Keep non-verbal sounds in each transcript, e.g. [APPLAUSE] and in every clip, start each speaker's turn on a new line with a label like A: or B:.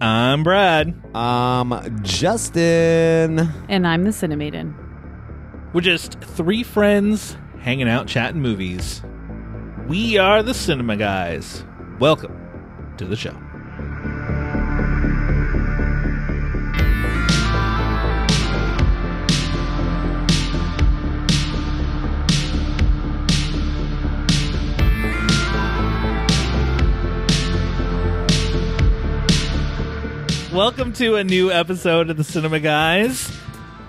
A: I'm Brad,
B: Um, Justin.
C: And I'm the Cinemaiden.
A: We're just three friends hanging out, chatting movies. We are the Cinema Guys. Welcome to the show. Welcome to a new episode of the Cinema Guys.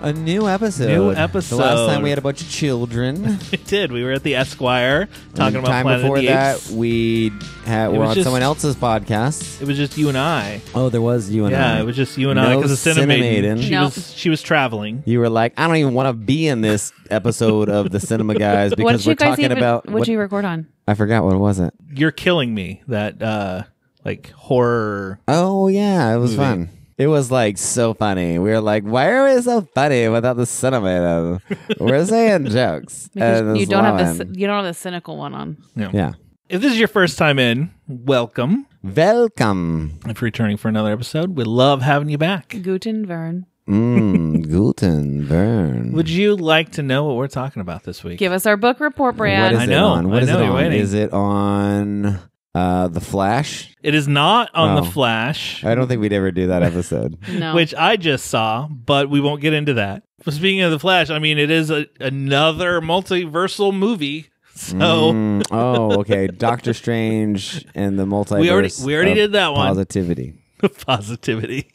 B: A new episode.
A: New
B: The last
A: episode.
B: time we had a bunch
A: [LAUGHS]
B: of children.
A: We did. We were at the Esquire talking
B: And
A: about
B: time
A: Planet
B: before
A: of the
B: that,
A: Apes.
B: we had,
A: It
B: were
A: was
B: on
A: just-
B: someone else's podcast.
A: It was just you and I.
B: Oh, there was you and
A: yeah,
B: I.
A: it was just you and I
B: No
A: because the Cinemaiden.
B: Cinemaiden.
A: She
C: No.
A: was she was traveling.
B: you were like, I don't even want to be in this episode of the
A: [LAUGHS]
B: Cinema Guys
C: what
B: because
C: did
B: we're
C: you guys
B: talking
C: even,
B: about.
C: What did you record on?
B: I forgot what was it.
A: You're killing me. That uh like horror.
B: Oh yeah, it was
A: Movie.
B: fun. It was like so funny. We were like, why are we so funny without the Cinemaiden? we're
A: [LAUGHS]
B: saying jokes. and
C: Because
B: it's
C: you don't have the
B: laughing.
C: cy- you don't have the cynical one on.
A: No.
B: Yeah.
A: If this is your first time in, welcome.
B: Welcome.
A: If you're returning for another episode, we love having you back.
C: Guten Vern.
B: Mm, guten Bern.
A: Would you like to know what we're talking about this week?
C: Give us our book report,
B: What
C: Brad.
B: is
A: I know,
B: it on? What
A: I
B: is
A: know,
B: it
A: you're
B: on?
A: waiting.
B: Is it on uh, The Flash?
A: It is not on
B: Oh.
A: the Flash,
B: I don't think we'd ever do
A: [LAUGHS]
B: that episode.
C: no.
A: which I just saw, but we won't get into that. Speaking of the Flash, I mean it is a, another multiversal movie. [LAUGHS] So
B: Mm, oh, okay. Doctor Strange and the multiverse.
A: We already- we already
B: of
A: did that one.
B: Positivity.
A: [LAUGHS] positivity.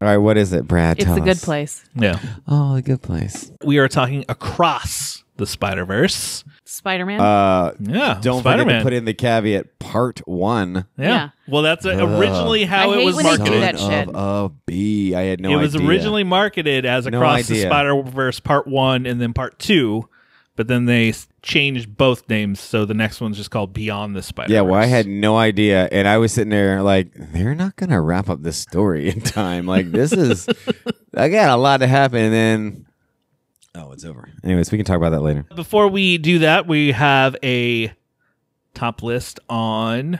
B: All right, what is it, Brad?
C: it's
B: Tell
C: a good
B: us.
C: place.
A: Yeah.
B: Oh, a good place.
A: We are talking across the Spider Verse.
C: Spider Man.
B: Uh,
A: Yeah.
B: don't forget
A: Oh, Spider-Man.
B: to put in the caveat part one.
A: Yeah.
C: Yeah.
A: Well, that's uh,
B: Ugh.
A: originally how
C: I
A: it
C: hate
A: was
C: when they do
A: marketed.
C: that
B: Son
C: shit.
B: of a bee. I had no
A: it was
B: idea.
A: originally marketed as
B: No
A: Across the
B: idea.
A: Spider Verse Part One and then Part Two, but then they s- changed both names, so the next one's just called Beyond the Spider.
B: Yeah, well, I had no idea, and I was sitting there like, they're not gonna wrap up this story in time. Like,
A: [LAUGHS]
B: this is, I got a lot to happen, and then, oh, it's over. Anyways, we can talk about that later.
A: Before we do that, we have a top list on.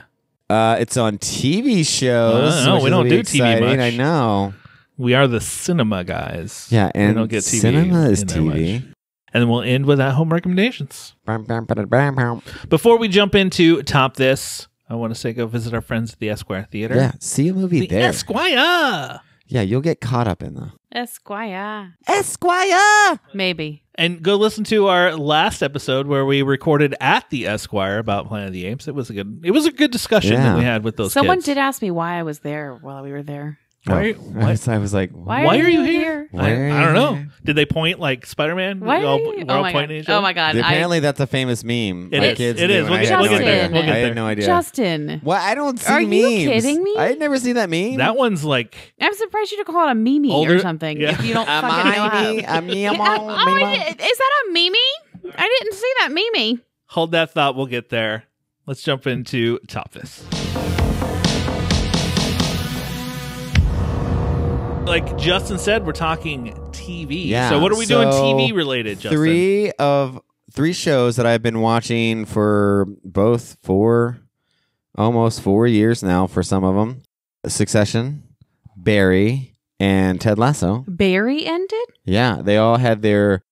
B: Uh, it's on TV shows.
A: Uh, no,
B: which
A: we
B: is
A: don't
B: gonna be
A: do TV
B: exciting.
A: much.
B: I know.
A: We are the cinema guys.
B: Yeah,
A: we
B: and
A: don't get TV
B: cinema is
A: in there much.
B: TV.
A: And then we'll end with at home recommendations.
B: Bam, bam, ba-da, bam, bam.
A: Before we jump into top this, I want to say go visit our friends at the Esquire Theater.
B: Yeah, see a movie
A: the
B: there.
A: Esquire.
B: yeah, you'll get caught up in the Oh.
C: Esquire.
B: Esquire.
C: Maybe.
A: And go listen to our last episode where we recorded at the Esquire about Planet of the Apes. It was a good it was a good discussion
B: Yeah.
A: that we had with those
C: Someone
A: kids.
C: did ask me why I was there while we were there.
B: Oh.
A: Why are
B: [LAUGHS]
A: you-
B: I was, I was like,
C: Why,
A: Why are you here? I,
B: Why-
A: I don't know. Did they point like Spider Man?
C: Why?
A: We
C: are
A: all, we're
C: you- oh,
A: all pointing
C: my god.
A: at each
C: oh
A: other.
C: my god.
B: Apparently, that's a famous meme.
A: It
B: My
A: is.
B: kids
A: It
B: knew,
A: is.
B: and
A: We'll
B: I
A: get-
B: had
A: we'll
B: no
A: get
B: idea.
A: there. We'll get
B: I
A: there.
B: had no
C: I,
B: idea.
C: Justin.
B: well, I don't see
C: Are you
B: memes.
C: kidding me?
B: I had never seen that
C: Oh
B: meme.
A: That one's like
C: I'm surprised you didn't call it a Mimi
A: Older-
C: or something.
A: Yeah.
C: If you don't
B: Am
C: fucking know
B: I
C: how.
B: me? Am me? Am
C: Yeah, oh,
B: I me?
C: I did- is that a Mimi? I didn't see that Mimi.
A: hold that thought, we'll get there. Let's jump into top this. Like Justin said, we're talking TV.
B: Yeah,
A: so what are we doing
B: so
A: TV related, Justin?
B: Three of three shows that I've been watching for both four, almost four years now. For some of them, Succession, Barry, and Ted Lasso.
C: Barry ended?
B: Yeah, they all had their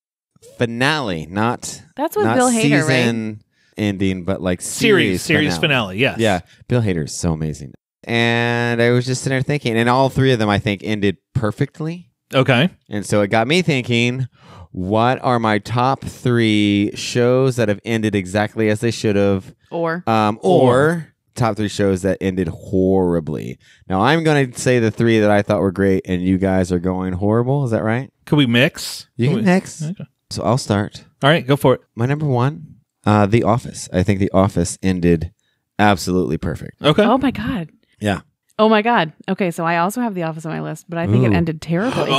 B: finale, not
C: That's with
B: not
C: Bill Hader, right?
B: season ending, but like
A: series series
B: finale.
A: finale. Yes.
B: Yeah, Bill Hader is so amazing. And I was just sitting there thinking, and all three of them I think ended perfectly.
A: Okay.
B: And so it got me thinking, what are my top three shows that have ended exactly as they should have,
C: Or
B: um, or, top three shows that ended horribly? Now I'm going to say the three that I thought were great, and you guys are going horrible. Is that right?
A: Could we mix? Could
B: You can
A: we-
B: next.
A: Okay.
B: So I'll start.
A: All right, go for it.
B: My number one, uh, The Office. I think The Office ended absolutely perfect.
A: Okay.
C: Oh my god.
B: Yeah.
C: Oh my god. Okay, so I also have The Office on my list, but I think
B: Ooh.
C: it ended terribly.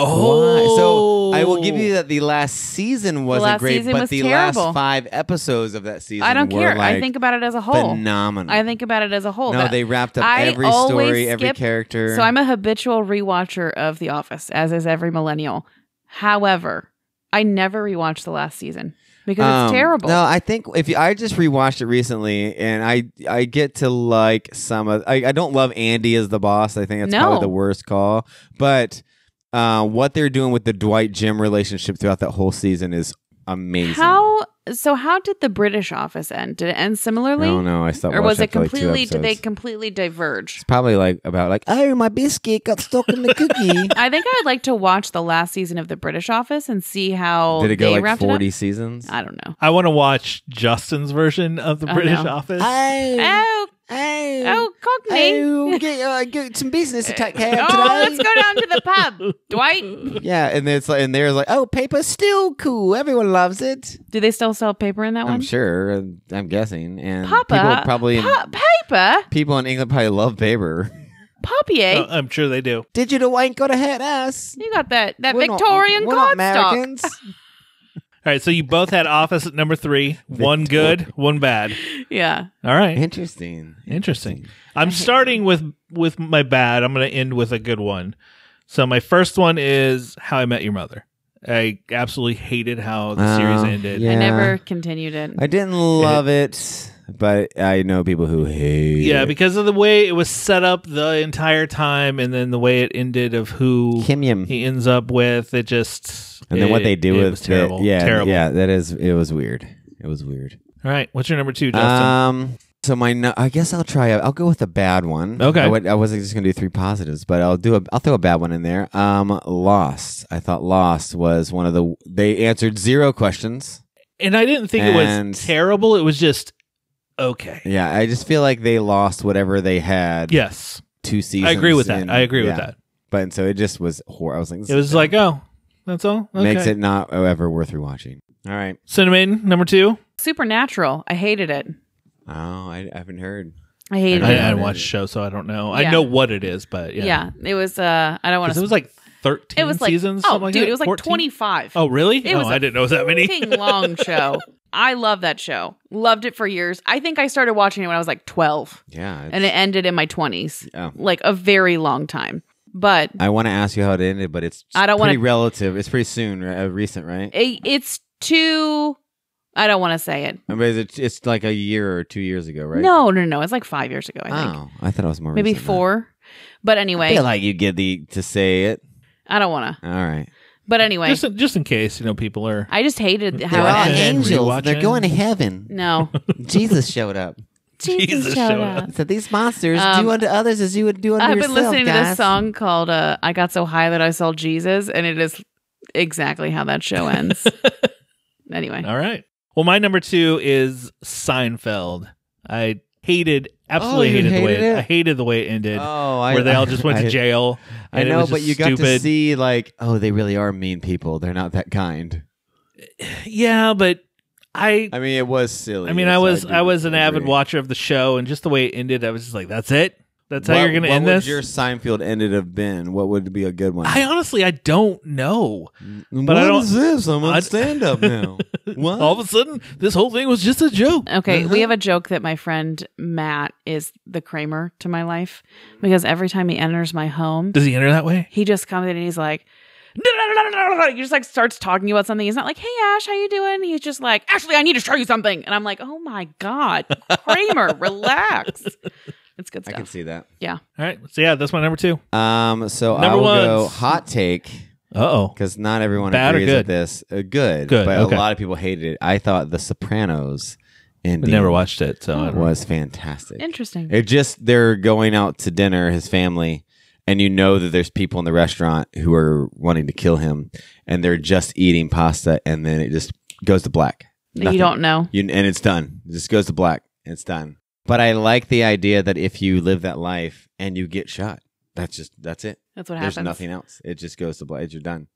A: Oh.
B: Why? So I will give you that the last season wasn't
C: last
B: great,
C: season
B: but
C: was
B: the
C: terrible.
B: last five episodes of that season
C: I don't
B: were,
C: care. I
B: like,
C: think about it as a whole.
B: phenomenal.
C: I think about it as a whole.
B: no,
C: That-
B: they wrapped up
C: I
B: every
C: always
B: story, every
C: skip-
B: character.
C: so I'm a habitual rewatcher of The Office, as is every millennial. However, I never rewatched the last season. because
B: Um,
C: it's terrible.
B: No, I think if you, I just rewatched it recently, and I I get to like some of. I, I don't love Andy as the boss. I think that's
C: No.
B: probably the worst call. But uh, what they're doing with the Dwight Jim relationship throughout that whole season is amazing.
C: How so? How did the British office end? Did it end
B: I
C: similarly,
B: don't know. I stopped.
C: or was
B: watching
C: it
B: after, like, two
C: completely? did they
B: episodes.
C: completely diverge?
B: It's probably like about like oh my biscuit got stuck in the cookie.
C: I think I would like to watch the last season of the British Office and see how
B: Did it go
C: they
B: like
C: wrapped it
B: forty
C: up.
B: seasons?
C: I don't know.
A: I want to watch Justin's version of the
C: Oh,
A: British
C: no.
A: Office.
C: Oh,
B: oh,
C: oh, Cockney.
B: get, uh, get some business to take care of
C: [LAUGHS] oh,
B: today. [LAUGHS]
C: let's go down to the pub, Dwight.
B: Yeah, and it's like, and they're like, oh, paper's still cool. Everyone loves it.
C: Do they still sell paper in that one?
B: I'm sure. and I'm guessing. And
C: Oh, Papa,
B: people probably in,
C: Pa- paper,
B: people in England probably love paper.
C: papier.
A: Oh, I'm sure they do.
B: Digital ain't gonna hurt us.
C: you got that that
B: We're not-
C: Victorian
B: we're not
C: cardstock.
B: Americans.
A: All right, so you both had office at number three. One good, one bad.
C: Yeah.
A: All right,
B: [LAUGHS] Interesting.
A: interesting. I'm starting with with my bad. I'm going to end with a good one. So my first one is How I Met Your Mother. I absolutely hated how the series
B: Oh,
A: ended.
B: yeah.
C: I never continued it.
B: I didn't love it, but I know people who hate.
A: Yeah,
B: it.
A: because of the way it was set up the entire time, and then the way it ended of who
B: Kim Yim.
A: he ends up with. It just
B: And then what
A: it-
B: they do
A: it
B: with
A: was
B: the-
A: terrible.
B: yeah,
A: terrible.
B: yeah, that is it was weird. It was weird.
A: All right, what's your number two, Justin?
B: Um, so my no- I guess I'll try. A, I'll go with a bad one.
A: Okay.
B: I, would, I wasn't just gonna do three positives, but I'll do a. I'll throw a bad one in there. Um, Lost. I thought Lost was one of the. They answered zero questions.
A: and I didn't think it
B: and-
A: was terrible. It was just okay.
B: Yeah, I just feel like they lost whatever they had.
A: Yes,
B: Two seasons.
A: I agree with that.
B: in-
A: I agree with
B: yeah.
A: that.
B: But and so it just was horrible. I was like, this
A: It was
B: is
A: like, oh, that's all. Okay.
B: makes it not ever worth rewatching. All right.
A: Cinnamon number two.
C: Supernatural. I hated it.
B: Oh, I, I haven't heard.
C: I hated
A: I, I
C: it.
A: didn't watch the show, so I don't know. I
C: Yeah.
A: know what it is, but yeah,
C: Yeah. It was. uh I don't want
A: 'Cause
C: to.
A: it was like thirteen.
C: it was like
A: seasons.
C: oh,
A: something like
C: dude,
A: that?
C: it was like
A: 14?
C: twenty five.
A: Oh, really?
C: It
A: oh,
C: was
A: I
C: a
A: didn't know it was that many.
C: Fucking long show. I love that show. Loved it for years. I think I started watching it when I was like 12
B: Yeah. it's-
C: and it ended in my 20s.
B: Yeah.
C: Like a very long time. But
B: I want to ask you how it ended, but it's
C: I don't wanna-
B: pretty relative. It's pretty soon, right? uh, recent, right?
C: it, it's too I don't want to say it.
B: I mean, it's, it's like a year or two years ago, right?
C: No, no, no. It's like 5 years ago, I think.
B: oh, I thought it was more.
C: Maybe
B: recent than
C: 4. But
B: that. I
C: anyway,
B: feel like you get the to say it.
C: I don't want to.
B: All right.
C: But anyway,
A: Just in, just in case you know people are.
C: I just hated
A: They're
C: how
A: all And
B: [LAUGHS]
C: it ended.
A: then angels. They're rewatching. going to
C: [LAUGHS]
B: heaven.
C: No.
B: Jesus showed up.
A: Jesus showed up.
B: So these monsters
C: Um, do
B: unto others as you would do unto
C: I've been listening to this song called uh, "I Got So High That I Saw Jesus," and it is exactly how that show ends. anyway,
A: [LAUGHS] All right. Well, my number two is Seinfeld. I hated, absolutely
C: Oh,
B: you
A: hated, the way
B: hated it?
A: I hated the way it ended,
B: Oh, I,
A: where they all just went
B: I-
A: to jail.
B: I
A: and it
B: know,
A: was
B: but
A: just
B: you got to
A: stupid.
B: see like, oh, they really are mean people. They're not that kind.
A: Yeah, but I.
B: I mean, it was silly.
A: I mean, I
B: so
A: was
B: do
A: I was an avid
B: agree.
A: watcher of the show, and just the way it ended, I was just like, "That's it. That's how you're going to
B: what
A: end
B: would
A: this."
B: Your Seinfeld ended have been what would be a good one? Mm,
A: I honestly, I don't know.
B: What
A: I don't-
B: is this? I'm
A: I-
B: on stand
A: [LAUGHS]
B: up now. what?
A: All of a sudden, this whole thing was just a joke.
C: okay,
B: Uh-huh.
C: we have a joke that my friend Matt is the Kramer to my life because every time he enters my home,
A: Does he enter that
C: [LAUGHS]
A: way?
C: he just comes in and he's like. He just like starts talking about something. He's not like, "Hey Ash, how you doing?" He's just like, "Actually, I need to show you something." And I'm like, "Oh my god,
B: [LAUGHS]
C: Kramer, relax." It's good
B: I
C: stuff.
B: can see that.
A: All right. So yeah, that's my number two.
B: Um, so I
A: Number
B: will go
A: ones.
B: hot take
A: Uh oh.
B: because not everyone
A: Bad or
B: agrees
A: good?
B: with this. Uh, good,
A: Good,
B: but
A: okay.
B: a lot of people hated it. I thought The Sopranos ending
A: Never watched it, so I don't
B: was fantastic.
C: Interesting.
B: It just they're going out to dinner, his family, and you know that there's people in the restaurant who are wanting to kill him, and they're just eating pasta, and then it just goes to black.
C: You
B: Nothing.
C: don't know.
B: You, and it's done. It just goes to black. and It's done. But I like the idea that if you live that life and you get shot, that's just that's it.
C: That's what
B: There's
C: happens.
B: nothing else. It just goes to black. You're done.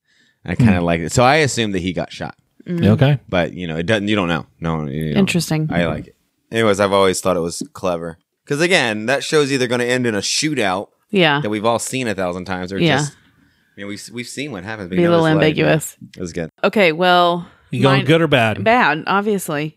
B: I kind of like it. So I assume that he got shot,
C: Mm.
A: Okay.
B: but you know it doesn't. You don't know. No. you don't.
C: Interesting.
B: I like it. Anyways, I've always thought it was clever because again, that show's either going to end in a shootout
C: yeah.
B: that we've all seen a thousand times, or
C: Yeah.
B: just I mean, we've we've seen what happens. but
C: Be
B: you
C: a
B: know
C: little
B: this life,
C: ambiguous.
B: yeah. It was good.
C: Okay, well,
A: You going
C: Mine-
A: good or bad?
C: bad, obviously.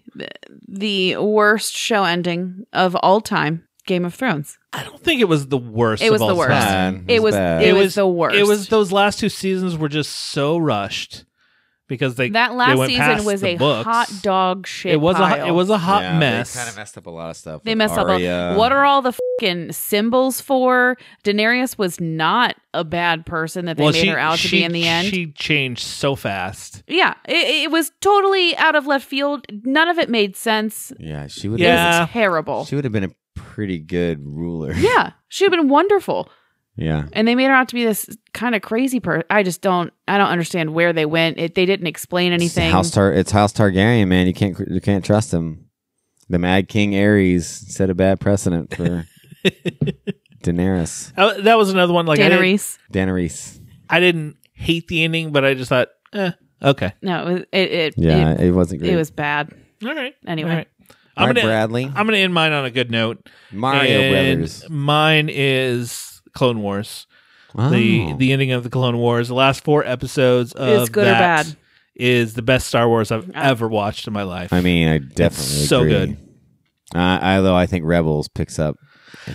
C: The worst show ending of all time, Game of Thrones.
A: I don't think it was the worst.
C: It was
A: of all
C: the worst.
A: time.
B: Bad.
C: It was
B: bad.
C: it, was, the worst.
A: It was those last two seasons were just so rushed. because they
C: that last
A: went
C: season
A: past
C: was
A: the
C: a
A: books.
C: hot dog shit.
A: it was a hot-
C: pile.
A: it was a hot
B: Yeah,
A: mess.
B: They kind of messed up a lot of stuff.
C: They
B: with
C: messed up.
B: Arya.
C: A, what are all the fucking symbols for? Daenerys was not a bad person that they made her out to be in the end.
A: She changed so fast.
C: yeah, it, it was totally out of left field. None of it made sense.
B: Yeah, she would.
A: Yeah.
C: It was terrible.
B: she would have been a pretty good ruler.
C: yeah, she had been wonderful,
B: [LAUGHS] yeah.
C: and they made her out to be this kind of crazy person. I just don't. I don't understand where they went. It, they didn't explain anything.
B: It's House Tar- it's House Targaryen, man. You can't you can't trust him. The Mad King Ares set a bad precedent
C: [LAUGHS]
B: for Daenerys.
A: Uh, That was another one. Like I didn't,
C: Daenerys.
B: Daenerys.
A: I didn't hate the ending, but I just thought, eh, okay,
C: No, it it it,
B: Yeah,
C: it,
B: it, wasn't great.
C: it was bad.
A: all right.
C: Anyway.
A: All right.
B: Mark
A: I'm gonna
B: Bradley,
A: I'm gonna end mine on a good note.
B: Mario
A: And
B: Brothers.
A: Mine is Clone Wars.
B: Oh.
A: The the ending of the Clone Wars. The last four episodes of
C: It's good or
A: that
C: bad?
A: is the best Star Wars I've
C: Uh,
A: ever watched in my life.
B: Oh. I mean, I definitely
A: so
B: agree.
A: good.
B: Uh, I though I think Rebels picks up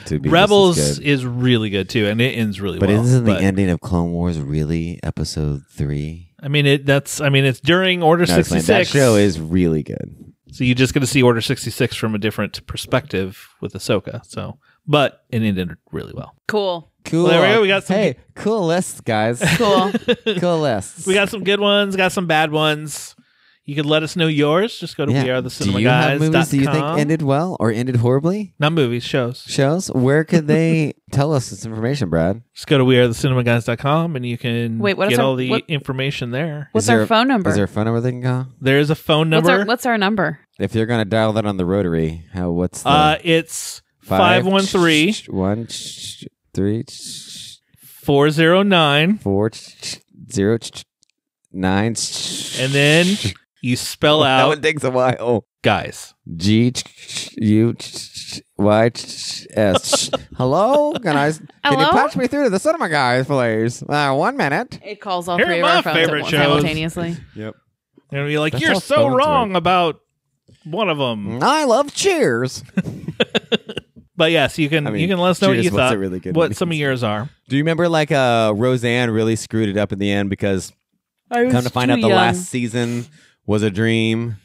B: to be just as
A: Rebels
B: good.
A: is really good too, and it ends really
B: but
A: well.
B: isn't the
A: but-
B: ending of Clone Wars really episode three?
A: I mean, it. That's. I mean, it's during Order
B: No, it's
A: sixty
B: not. that
A: six.
B: show is really good.
A: So you're just going to see Order 66 from a different perspective with Ahsoka. So, but it ended really well.
C: Cool.
B: Cool.
A: Well, there we go. We got some-
B: hey, cool lists, guys. [LAUGHS]
C: Cool.
B: cool lists.
A: We got some good ones, got some bad ones. You could let us know yours. Just go to we are the cinema
B: Do you have
A: guys.
B: movies that you think ended well or ended horribly?
A: Not movies, shows.
B: Shows. Where
A: [LAUGHS]
B: could they tell us this information, Brad?
A: Just go to we are the cinema guys.com and you can
C: Wait, what is
A: get
C: our-
A: all the
C: what-
A: information there.
C: What's
B: Is there
C: our
B: a-
C: phone number?
B: Is there a phone number they can call?
A: There is a phone
C: what's
A: number.
C: our what's our number?
B: If you're gonna dial that on the rotary, how what's the
A: uh, it's
B: five-
A: 513
B: one ch- three ch-
A: 409.
B: four ch- zero ch- nine ch-
A: And then you spell
B: [LAUGHS] that one
A: out
B: takes a while.
A: guys.
B: G ch- U ch- Y ch- S. Hello, can I? Can you
C: Hello?
B: patch me through to the cinema guys, please? Uh, one minute.
C: It calls all
A: Here are
C: three of our
A: my
C: phones
A: favorite
C: at once
A: shows.
C: simultaneously.
B: Yep.
A: And you're like,
B: That's
A: you're
B: how
A: so
B: phones work.
A: wrong about one of them.
B: I love Cheers.
A: But yes, you can
B: I mean,
A: you can let us know what
B: Judas
A: you
B: was a
A: thought.
B: really good
A: what
B: movie.
A: some of yours are.
B: Do you remember like uh Roseanne really screwed it up in the end because
C: I was
B: come to find
C: too
B: out the
C: young.
B: last season was a dream.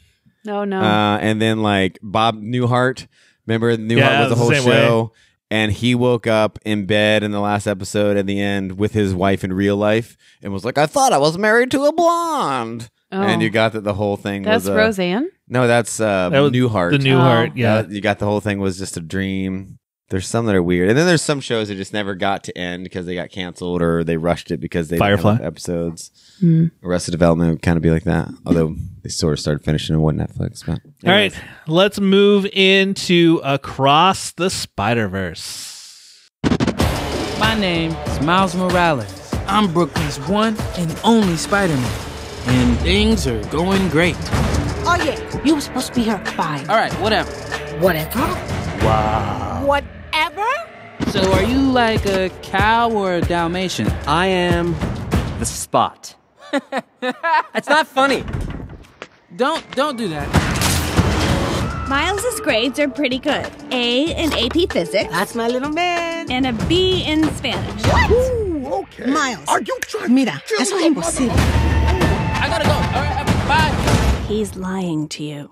C: Oh, No, no.
B: Uh and then like Bob Newhart, remember Newhart
A: Yeah,
B: was the
A: it
B: whole
A: was the same
B: show and he woke up in bed in the last episode at the end with his wife in real life and was like I thought I was married to a blonde.
C: oh.
B: And you got that the whole thing
C: that's
B: was uh, a,
C: Roseanne.
B: No, that's uh
A: That was
B: Newhart.
A: The new
C: Oh.
A: heart, yeah.
B: Uh, you got the whole thing was just a dream. There's some that are weird, and then there's some shows that just never got to end because they got canceled or they rushed it because they didn't have
A: Firefly.
B: enough episodes.
C: Hmm.
B: Arrested Development would kind of be like that, although they sort of started finishing it on Netflix. But
A: All right, let's move into Across the Spider Verse.
D: My name is Miles Morales. I'm Brooklyn's one and only Spider Man. And things are going great.
E: Oh yeah, you were supposed to be here at five.
D: All right, whatever.
E: Uh, Whatever. Wow. Whatever.
D: So, are you like a cow or a Dalmatian?
F: I am the
D: [LAUGHS]
F: spot. it's not funny.
D: Don't don't do that.
G: Miles's grades are pretty good. A in AP Physics
E: That's my little man.
G: and a B in Spanish.
E: Miles. Are you trying? Mira, es imposible.
D: I gotta go. All right, bye.
G: He's lying to you,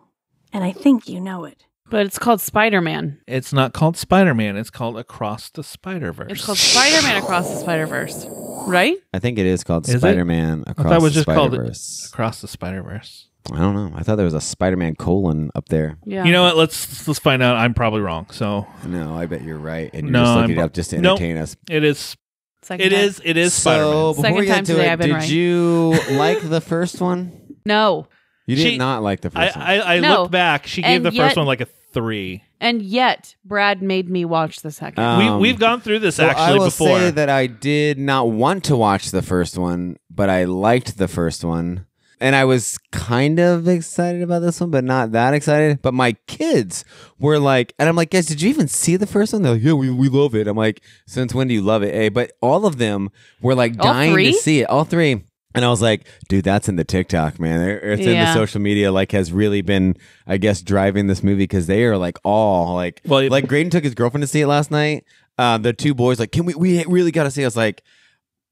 G: and I think you know it.
C: But it's called Spider Man.
A: It's not called Spider Man. It's called Across the Spider
C: It's
A: Verse.
C: called Spider Man Across the Spider Verse. Right?
B: I think it is called
A: Is it?
B: Spider-Man
A: I
B: Across
A: thought it was
B: the
A: just called
B: Spider-Verse.
A: Across the Spider Verse.
B: I don't know. I thought there was a Spider-Man colon up there.
C: Yeah.
A: You know what? Let's let's find out. I'm probably wrong. So
B: No, I bet you're right, and you're
A: No,
B: just looking
A: I'm-
B: it up just to
A: Nope.
B: entertain us.
A: it is.
C: Second
A: It
C: time.
A: is. It is
B: so
A: Spider
B: before
C: Second
B: we get
C: time
B: to
C: today
B: it,
C: I've been
B: did
C: right.
B: you like the first one?
C: No.
B: You did
A: She-
B: not like the
A: Man.
B: first one.
A: I I, I
C: No.
A: looked back. She gave
C: And
A: the first
C: yet-
A: one like a three.
C: And yet Brad made me watch the second.
B: Uh, Um,
A: we we've gone through this
B: Well,
A: actually
B: I will
A: before.
B: say that I did not want to watch the first one, but I liked the first one. And I was kind of excited about this one, but not that excited. But my kids were like, and I'm like, guys, did you even see the first one? They're like, yeah, we, we love it. I'm like, since when do you love it? Hey, but all of them were like
C: All
B: dying
C: three?
B: to see it. All three. And I was like, dude, that's in the TikTok, man. It's in the
C: Yeah.
B: social media, like, has really been, I guess, driving this movie because they are like all like,
A: Well, it-
B: like Graydon took his girlfriend to see it last night. Uh, the two boys like, can we? We really got to see. it." I was like,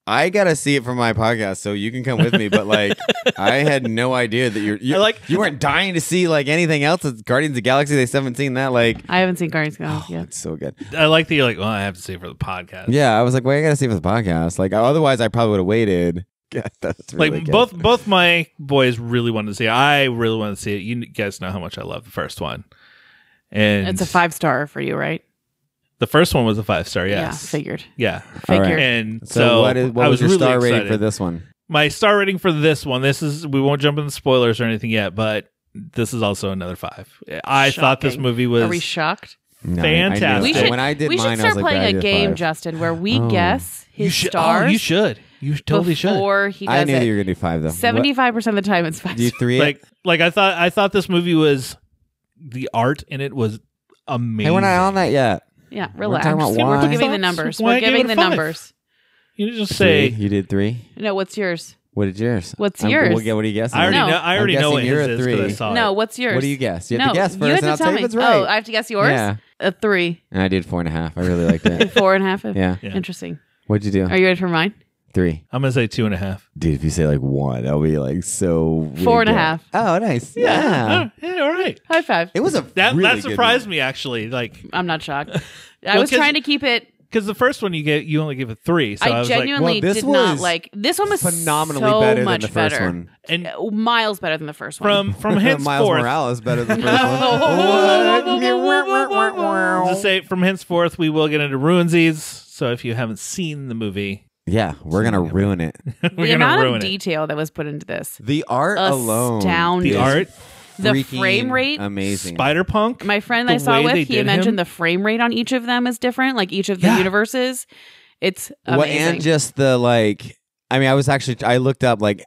B: I gotta see it from my podcast, so you can come with me.
A: [LAUGHS]
B: But like, I had no idea that you're you,
A: I like-
B: you weren't dying to see like anything else. It's Guardians of the Galaxy. They still haven't seen that. Like,
C: I haven't seen Guardians of
A: Oh,
C: the Galaxy yet.
B: it's so good.
A: I like that you're like, well, I have to say for the podcast.
B: Yeah, I was like, well, I gotta see it for the podcast. Like, otherwise, I probably would have waited. [LAUGHS] Yeah, that's really
A: like
B: good.
A: both both my boys really wanted to see it. I really wanted to see it. You guys know how much I love the first one. And
C: It's a five star for you, right?
A: The first one was a five star, yes.
C: Yeah, figured.
A: Yeah.
B: All right.
C: Figured.
A: And so,
B: So, what, is, what
A: I
B: was,
A: was,
B: your
A: really
B: star
A: excited.
B: rating for this one?
A: My star rating for this one, this is we won't jump into spoilers or anything yet, but this is also another five. I thought this
C: Shocking.
A: movie was
C: Are we shocked?
B: No, I- I knew
A: Fantastic.
B: it.
A: We
C: should-
B: when I did
C: we
B: mine,
C: should
B: I was
C: start
B: like,
C: playing
B: "Well, I
C: a
B: did
C: game,
B: five."
C: Justin, where we
B: Oh.
C: guess his
A: you should
C: stars
A: oh, you should. You totally should.
C: before he does
B: I knew
C: it.
B: that you were gonna do five though. What-
C: Seventy-five percent of the time, it's five.
B: Do you three? it?
A: Like like I thought I thought this movie was the art in it was amazing.
B: hey, we're not on that yet.
C: [LAUGHS] yeah, relax.
B: talking about
C: We're
B: why.
C: giving the numbers. We're
A: Why give it
C: giving the
A: a five?
C: numbers.
A: you just say
B: Three. you did three.
C: No, what's yours?
B: What did yours?
C: What's
B: I'm-
C: yours?
B: What, what do you guess?
A: I already
C: No.
A: know I
B: I'm
A: already know
B: guessing
A: what
B: you're
A: his
B: a
A: is because
B: three.
A: I saw
C: No,
A: it.
C: what's yours?
B: What do you guess? You have
C: no,
B: to guess
C: you
B: first,
C: have
B: and
C: to
B: I'll
C: tell
B: tell you
C: me.
B: if it's right.
C: Oh, I have to guess yours.
B: Yeah.
C: A three,
B: And I did four and a half. I really liked
C: [LAUGHS]
B: it.
C: four and a
B: [LAUGHS]
C: half.
B: yeah.
A: Yeah.
C: Interesting.
B: What'd you do?
C: Are you ready for mine?
B: Three.
A: I'm gonna say two and a half.
B: Dude, if you say like one, I'll be like so.
C: Four and a
B: weird.
C: half.
B: Oh, nice. Yeah.
A: Oh, yeah, all right.
C: High five.
B: It was a
A: That
B: really
A: that
B: good
A: surprised
B: [LAUGHS]
A: me actually. Like
C: I'm
A: [LAUGHS]
C: not shocked. I
A: Well,
C: was
A: 'cause-
C: trying to keep it.
A: because the first one you get you only give it three. So I,
C: I
A: was
C: genuinely
B: this
C: did not
B: was
C: like this one. Was
B: phenomenally
C: so
B: better than
C: much
B: the first
C: better.
B: one.
A: like,
C: [LAUGHS]
A: and
C: Uh, Miles better than the first one.
A: from from
B: [LAUGHS] Miles
A: henceforth,
B: Morales better than the first
A: I'll [LAUGHS]
B: one.
A: just
C: [LAUGHS]
A: say from henceforth we will get into ruinsies. So if you haven't seen the movie, [LAUGHS]
B: yeah, we're gonna ruin
C: [LAUGHS]
B: it.
A: we're
C: the
A: gonna
C: amount
A: ruin
C: of
A: it.
C: detail that was put into this.
B: The art alone,
C: Astounding.
A: the
B: is
A: art,
C: The
B: freaking
C: frame rate,
B: amazing.
A: Spider Punk.
C: my friend
A: The
C: I saw
A: way they
C: with, he
A: did
C: had mentioned
A: him?
C: the frame rate on each of them is different, like each of the
A: Yeah.
C: universes. It's amazing.
B: Well, and just the like. I mean, I was actually I looked up like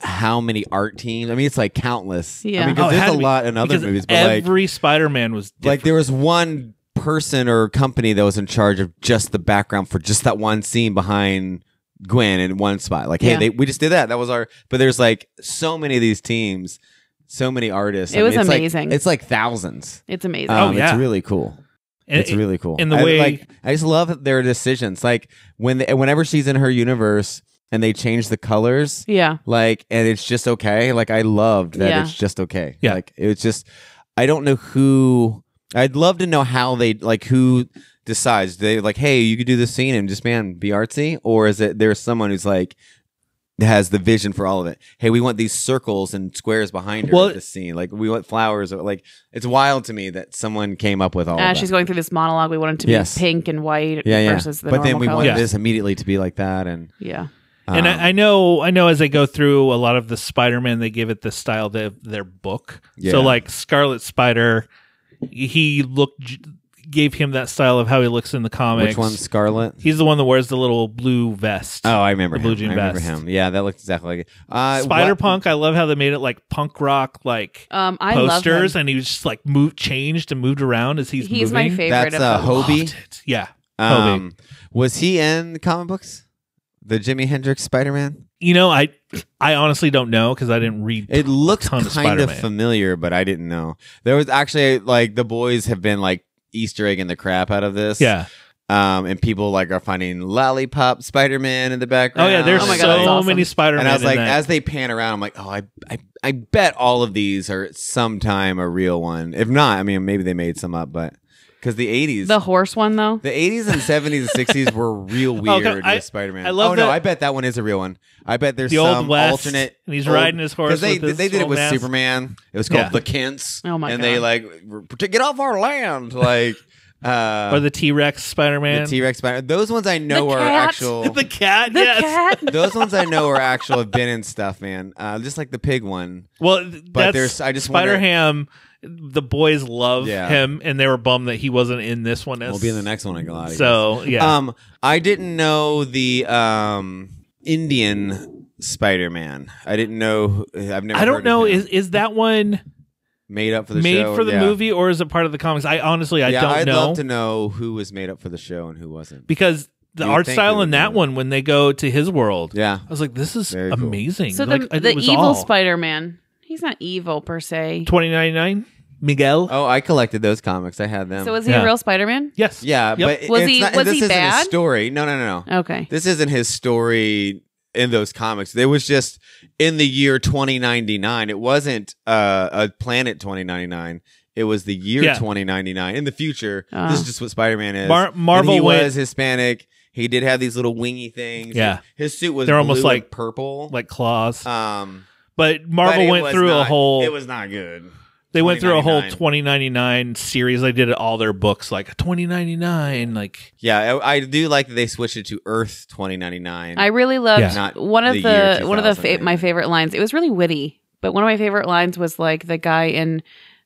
B: how many art teams. I mean, it's like countless. I
C: Yeah.
B: mean,
A: Oh,
B: 'cause
A: it had
B: there's
A: to
B: a
A: be,
B: lot in other
A: because
B: movies, but like
A: every Spider Man was
B: like
A: different.
B: there was one person or company that was in charge of just the background for just that one scene behind Gwen in one spot. Like, hey,
C: Yeah.
B: they, we just did that. That was our. But there's like so many of these teams, so many artists.
C: It was
B: it's like-
C: amazing.
B: it's like thousands.
C: it's amazing.
A: Oh,
B: Um,
A: yeah.
B: it's really cool.
A: And
B: it's
A: it-
B: really cool.
A: and the
B: I,
A: way-
B: like, I just love their decisions. Like when they, whenever she's in her universe and they change the colors,
C: yeah.
B: like and it's just okay like i loved that
C: Yeah.
B: it's just okay
A: Yeah.
B: like it was just i don't know who i'd love to know how they like who decides they like hey you could do this scene and just man be artsy or is it there's someone who's like has the vision for all of it hey we want these circles and squares behind her
A: Well-
B: at this scene like we want flowers or like it's wild to me that someone came up with all
C: As
B: of
C: she's
B: that
C: going through this monologue, we want it to be
B: Yes.
C: pink and white
B: yeah yeah
C: versus the
B: but then
C: normal
B: we
C: colors.
B: wanted
A: Yeah.
B: this immediately to be like that and
C: yeah.
A: and
B: um,
A: I, I know, I know. As I go through a lot of the Spider-Man, they give it the style of their- their book.
B: Yeah.
A: So, like Scarlet Spider, he looked, gave him that style of how he looks in the comics.
B: which one's scarlet
A: He's the one that wears the little blue vest.
B: Oh, I remember
A: The blue
B: him.
A: jean
B: I remember
A: vest.
B: him. Yeah, that looked exactly like it. Uh,
A: Spider
B: what-
A: Punk. I love how they made it like punk rock, like
C: Um, I
A: posters,
C: love
A: and he was just like moved, changed, and moved around as he's.
C: him. He's my
A: moving.
C: favorite.
B: That's
C: of
B: uh,
C: them.
B: Hobie.
A: Loved it. Yeah,
B: Um, was he in the comic books? The Jimi Hendrix Spider Man.
A: you know, I, I honestly don't know because I didn't read.
B: It looked
A: Ton
B: kind
A: of
B: of
A: Spider-Man.
B: familiar, but I didn't know. There was actually like the boys have been like Easter egg the crap out of this.
A: yeah.
B: Um, and people like are finding lollipop Spider Man in the
A: Oh
B: background.
A: yeah. There's
C: Oh my God,
A: so
C: that's awesome.
A: many Spider Man.
B: and I was like, as they pan around, I'm like, oh, I, I, I bet all of these are sometime a real one. If not, I mean, maybe they made some up, but because the '80s,
C: The horse one though.
B: The 80s and 70s and 60s were real
A: God,
B: weird
A: I-
B: with Spider-Man.
A: I love
B: oh no,
A: that-
B: I bet that one is a real one. I bet there's
A: the
B: some
A: old west,
B: alternate.
A: and he's
B: old-
A: riding his horse.
B: 'cause they
A: with his
B: they did it
A: old
B: with
A: mask.
B: Superman. It was called
A: Yeah.
B: The Kents.
C: Oh, my
B: And they
C: God.
B: like were- get off our land, like uh,
A: [LAUGHS] or the T Rex Spider Man, [LAUGHS]
B: the T-Rex Spider. Those ones I know
C: The
B: are
C: cat.
B: actual.
A: the cat.
C: The
A: yes.
C: cat.
B: those ones I know are actual have been in stuff, man. Uh, just like the pig one.
A: Well, th- that's
B: there's- I just
A: Spider
B: wonder-
A: Ham. The boys love
B: Yeah.
A: him, and they were bummed that he wasn't in this one.
B: We'll be in the next one. I got
A: So yeah,
B: Um, I didn't know the um Indian Spider-Man. I didn't know. I've never.
A: I
B: heard
A: don't
B: of
A: know.
B: him.
A: Is is that one
B: made up for the
A: made
B: show?
A: for the
B: Yeah.
A: movie or is it part of the comics? I honestly I
B: yeah,
A: don't
B: I'd
A: know
B: love to know who was made up for the show and who wasn't.
A: because the
B: You would
A: art
B: think
A: style
B: we
A: in
B: would
A: that
B: know.
A: one when they go to his world,
B: yeah,
A: I was like, this is
B: Very cool.
A: amazing.
C: So
A: like,
C: the, the evil Spider Man. He's not evil per se.
A: twenty ninety nine. Miguel.
B: Oh, I collected those comics. I had them.
C: So was he
A: Yeah.
C: a real Spider-Man?
A: Yes.
B: yeah,
A: Yep.
B: but
C: Was
B: it's
C: he-
B: not,
C: was
B: this
C: he
B: isn't
C: bad?
B: his story. No, no, no, no.
C: Okay.
B: This isn't his story in those comics. It was just in the year 2099. It wasn't uh, a planet 2099. It was the year
A: Yeah. Uh-huh.
B: 2099 in the future.
C: Ah.
B: This is just what Spider-Man is.
A: Mar- Marvel
B: and he
A: went-
B: was Hispanic. He did have these little wingy things.
A: Yeah.
B: his suit was
A: They're almost
B: blue and
A: like-
B: purple,
A: like claws.
B: um.
A: but
B: but
A: Marvel
B: it
A: went
B: was
A: through a
B: not-
A: whole.
B: It was not good.
A: they went through a whole
B: 2099.
A: 2099 series. They did all their books like 2099. Like
B: Yeah, I, I do like that they switched it to Earth 2099.
C: I really loved
A: Yeah.
B: Not
C: one of
B: the year
C: the one of the
B: 2000,
C: fa- my
B: maybe.
C: favorite lines. It was really witty, but one of my favorite lines was like the guy in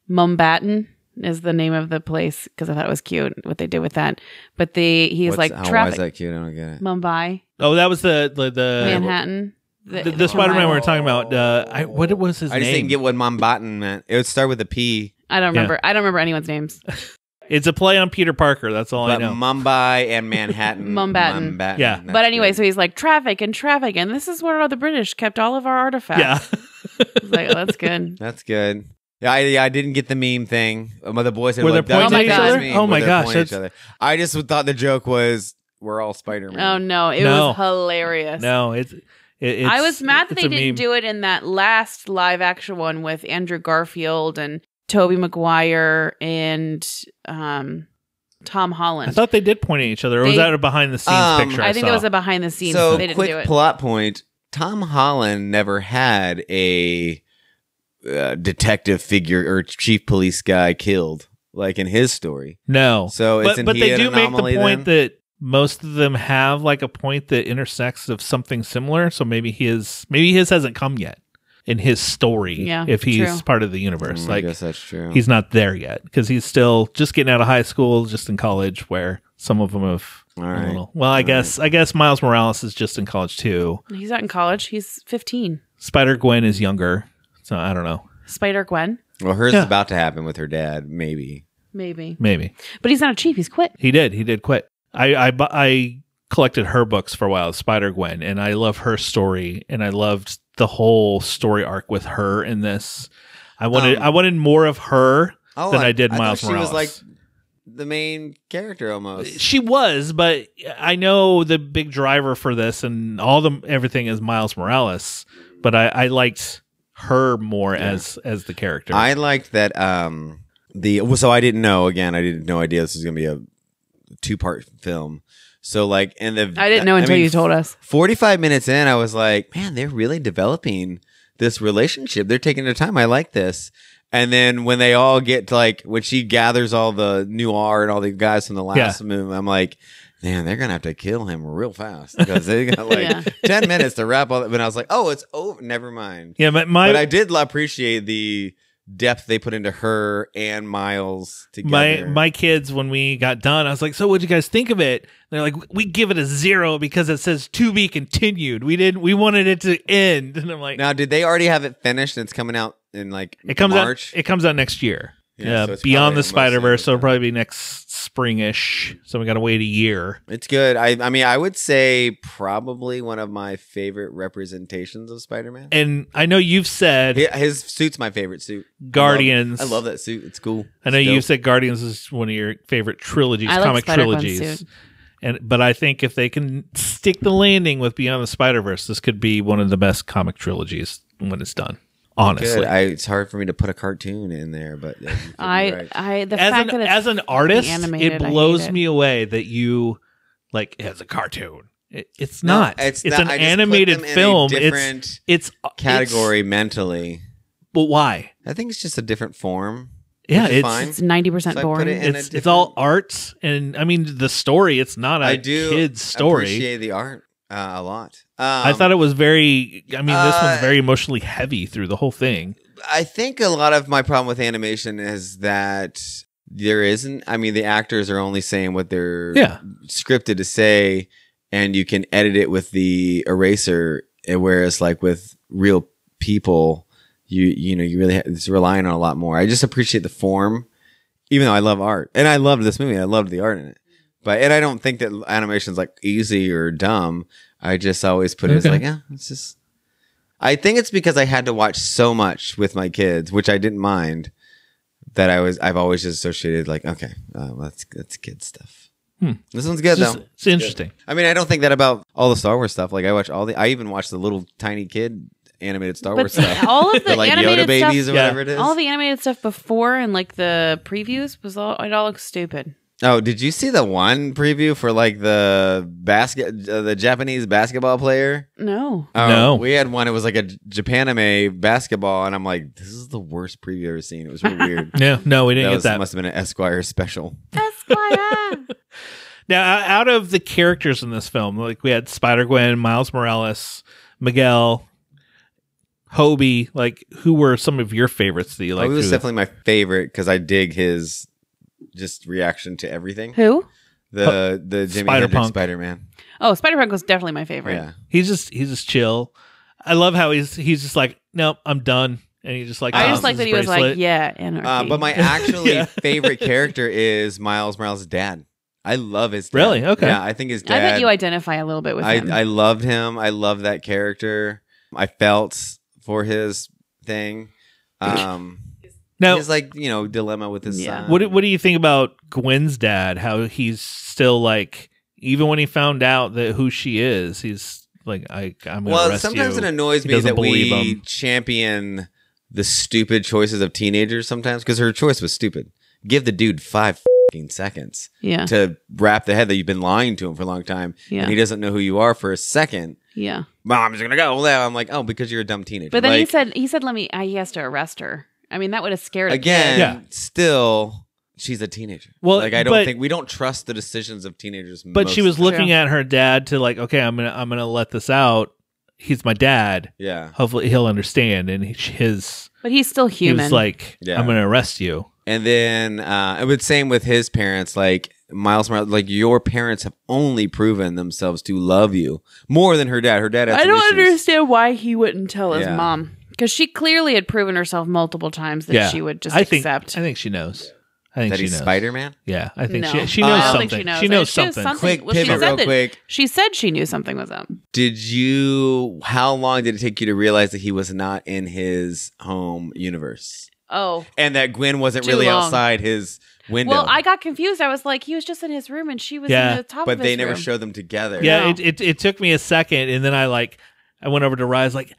C: Mumbatten is the name of the place because I thought it was cute what they did with that. But the he's
B: What's-
C: like
B: how- Why is
C: traffic
B: that Uh, cute? I don't get it.
C: Mumbai
A: oh, that was the the the,
C: Manhattan.
A: the, the Spider Man we
C: Mumbai.
A: were talking about. Uh, I, what was his
B: I just
A: name?
B: didn't get what Mombatten meant. It would start with a P,
C: I don't
A: Yeah.
C: remember. I don't remember anyone's names.
A: it's a play on Peter Parker. That's all Oh, I
B: but
A: know.
B: Mumbai
A: [LAUGHS]
B: and Manhattan.
C: Mumbatten.
B: Mumbatten.
A: Yeah.
B: [LAUGHS] That's
C: but anyway,
B: good.
C: so he's like traffic and traffic, and this is where the British kept all of our artifacts.
A: yeah. [LAUGHS]
C: I was like oh, that's
B: [LAUGHS]
C: good.
B: that's good. Yeah, I, yeah, I didn't get the meme thing. Um, the boys had
A: Were they
B: like, that's
C: pointing at
B: a
C: each
B: nice
C: other?
B: meme,
A: Oh
B: where
A: my
B: they're
A: gosh,
B: pointing at each
A: that's-
B: other. I just would- thought the joke was we're all Spider Man.
C: Oh no, it
A: No.
C: was hilarious.
A: No, it's. It, it's
C: I was mad that
A: it's
C: they
A: a
C: didn't
A: meme.
C: do it in that last live action one with Andrew Garfield and Toby Maguire and um, Tom Holland.
A: I thought they did point at each other. Or was
C: They-
A: that a behind the scenes
B: Um,
A: picture? I,
C: I think
A: saw?
C: it was a behind the scenes.
B: So
C: they didn't
B: quick
C: do it.
B: plot point: Tom Holland never had a uh, detective figure or chief police guy killed, like in his story.
A: no.
B: So it's
A: but
B: in
A: but
B: Oh, he
A: they
B: an
A: do make the
B: anomaly
A: point
B: then?
A: that most of them have like a point that intersects of something similar. So maybe his maybe his hasn't come yet in his story.
C: Yeah,
A: if he's
C: true.
A: part of the universe,
B: Mm, I
A: like
B: guess that's true.
A: he's not there yet because he's still just getting out of high school, just in college, where some of them have.
B: All
A: a
B: right.
A: little- Well, I
B: All
A: guess I guess Miles Morales is just in college too.
C: He's not in college. He's fifteen.
A: Spider Gwen is younger, so I don't know.
C: Spider Gwen,
B: Well, hers
A: Yeah.
B: is about to happen with her dad, maybe.
C: maybe,
A: Maybe
C: but he's not a chief. He's quit.
A: He did. He did quit. I I, bu- I collected her books for a while, Spider Gwen, and I love her story, and I loved the whole story arc with her in this. I wanted
B: Um,
A: I wanted more of her
B: Oh,
A: than I, did Miles
B: thought
A: Morales.
B: She was like the main character almost.
A: she was, but I know the big driver for this and all the everything is Miles Morales, but I, I liked her more as as the character.
B: I liked that um the well, so I didn't know again, I didn't no idea this was going to be a two-part film. So like in the
C: I didn't know until you told us.
B: 45 minutes in, I was like, man, they're really developing this relationship. They're taking their time. I like this. And then when they all get to like, when she gathers all the new R and all the guys from the last movie, I'm like, man, they're going to have to kill him real fast because they got like
C: Yeah.
B: 10 minutes to wrap all that. But I was like, oh, it's over. Never mind.
A: yeah, my my,
B: but I did appreciate the depth they put into her and Miles
A: my
B: together.
A: my kids when we got done, I was like, "So what'd you guys think of it?" And they're like, "We give it a zero because it says to be continued. We didn't. We wanted it to end." [LAUGHS] And I'm like,
B: now, did they already have it finished? And it's coming out in like
A: "It comes
B: March.
A: out. It comes out next year.
B: Yeah,
A: Yeah,
B: so it's
A: beyond
B: probably
A: the
B: almost
A: Spider Verse. So
B: over.
A: it'll probably be next springish. So we got to wait a year.
B: It's good. I I mean, I would say probably one of my favorite representations of Spider-Man.
A: And I know you've said
B: Hi- His suit's my favorite suit. I love-
A: Guardians.
B: I love, that suit. It's cool.
A: I know
B: It's
A: you've
B: dope.
A: said Guardians is one of your favorite trilogies,
C: I like
A: comic
C: Spider-Gwen's
A: trilogies.
C: suit.
A: And but I think if they can stick the landing with Beyond the Spider Verse, this could be one of the best comic trilogies when it's done. Honestly,
B: Good. I, it's hard for me to put a cartoon in there, but yeah, you could be
C: I,
B: right.
C: I, the
A: as
C: fact
A: an
C: that it's
A: as an artist,
C: animated, I
A: it
C: hate
A: blows
C: it.
A: me away that you like as a cartoon. It, it's
B: No,
A: not. It's,
B: not-
A: an
B: I just put
A: animated
B: them in a
A: film. It's
B: different
A: it's
B: category
A: it's-
B: mentally.
A: but why?
B: I think it's just a different form.
A: Yeah,
B: which is
A: it's
B: fine.
C: it's ninety percent
B: So I put
C: boring.
B: it in- a
A: it's it's all
B: different-
A: art, and I mean the story. It's not a
B: I do
A: kid's story.
B: Appreciate the art uh, a lot. Um,
A: I thought it was very. I mean, this one's
B: uh,
A: very emotionally heavy through the whole thing.
B: I think a lot of my problem with animation is that there isn't. I mean, the actors are only saying what they're
A: Yeah,
B: scripted to say, and you can edit it with the eraser. And Whereas, like with real people, you you know you really ha- it's relying on a lot more. I just appreciate the form, even though I love art and I loved this movie. I loved the art in it, but and I don't think that animation's like easy or dumb. I just always put it as
A: Okay.
B: like, yeah, it's just. I think it's because I had to watch so much with my kids, which I didn't mind. that I was I've always just associated like okay uh, well, that's that's kid stuff.
A: Hmm.
B: This one's good
A: It's,
B: though.
A: just- it's interesting.
B: I mean, I don't think that about all the Star Wars stuff. Like I watch all the I even watch the little tiny kid animated Star
C: But
B: Wars stuff. [LAUGHS]
C: all of
B: The
C: the
B: like Yoda
C: animated
B: babies
C: stuff,
B: or
A: Yeah.
B: whatever it is.
C: all the animated stuff before and like the previews was all it all looks stupid.
B: oh, did you see the one preview for like the basket uh, the Japanese basketball player?
C: No,
B: Oh,
A: No.
B: we had one. It was like a J- Japan anime basketball, and I'm like, this is the worst preview I've ever seen. It was really weird.
A: [LAUGHS] No, no, we didn't
B: that
A: get
B: was,
A: that.
B: must have been an Esquire special. [LAUGHS]
C: Esquire.
A: Now, o- out of the characters in this film, like we had Spider Gwen, Miles Morales, Miguel, Hobie, like who were some of your favorites that you
B: Like
A: like?
B: Hobie was Oh, definitely my favorite because I dig his just reaction to everything.
C: Who?
B: The the Jimmy Hendrix
A: Spider-Punk.
B: Spider Man.
C: Oh, Spider Punk was definitely my favorite.
B: Yeah.
A: he's just he's just chill. I love how he's he's just like, nope, I'm done, and he just like.
C: I
B: Um,
C: just
A: tosses
C: like that
A: his
C: he was like,
A: bracelet.
C: yeah, anarchy.
B: Uh, but
A: [LAUGHS]
B: my actually
A: Yeah.
B: favorite character is Miles Morales' dad. I love his dad.
A: Really? Okay.
B: Yeah, I think his dad.
C: I bet you identify a little bit with
B: I,
C: him.
B: I loved him. I loved that character. I felt for his thing. Um,
A: [LAUGHS] Now,
B: his like you know dilemma with his
C: Yeah.
B: son.
A: what do- what do you think about Gwen's dad? How he's still like, even when he found out that who she is, he's like, I I'm gonna
B: well,
A: arrest
B: sometimes
A: you.
B: it annoys
A: He
B: me
A: doesn't
B: that we
A: believe him.
B: champion the stupid choices of teenagers sometimes because her choice was stupid. Give the dude five fing seconds
C: yeah,
B: to wrap the head that you've been lying to him for a long time,
C: yeah,
B: and he doesn't know who you are for a second.
C: yeah.
B: Well, I'm just gonna go. Well, I'm like, oh, because you're a dumb teenager.
C: But then he
B: Like,
C: said, he said, let me. I, he has to arrest her. I mean, that would have scared a
B: again,
C: kid.
A: Yeah.
B: still, she's a teenager.
A: Well,
B: like I don't
A: but-
B: think we don't trust the decisions of teenagers.
A: but she was
B: most-
A: looking at her dad to like okay i'm gonna i'm gonna let this out he's my dad
B: yeah,
A: hopefully he'll understand and he- his
C: But he's still human.
A: he was like
B: Yeah.
A: i'm gonna arrest you
B: And then uh, it would same with his parents, like Miles Morales, like your parents have only proven themselves to love you more than her dad. Her dad, had
C: I
B: some
C: don't
B: issues.
C: understand why he wouldn't tell his
B: Yeah.
C: mom because she clearly had proven herself multiple times that
A: yeah
C: she would just
A: i think
C: accept.
A: i think she knows i think
B: that
A: she
B: he's
A: knows
B: Spider Man.
A: yeah i think
C: No.
A: she, she
B: I
A: knows
B: don't
A: something
C: think she knows.
A: she knows
C: She knows
A: something
C: something.
B: Quick
C: Well, she
B: pivot,
C: said
B: real
C: that-
B: quick.
C: she said she knew something was up.
B: Did you? How long did it take you to realize that he was not in his home universe,
C: Oh,
B: and that Gwen wasn't
C: Too
B: really
C: long.
B: outside his window?
C: well, I got confused. I was like, he was just in his room and she was
A: Yeah,
C: in the top
B: but
C: of
B: they
C: his
B: never
C: room.
B: show them together.
A: yeah
C: No.
A: it, it, it took me a second and then i like i went over to rise like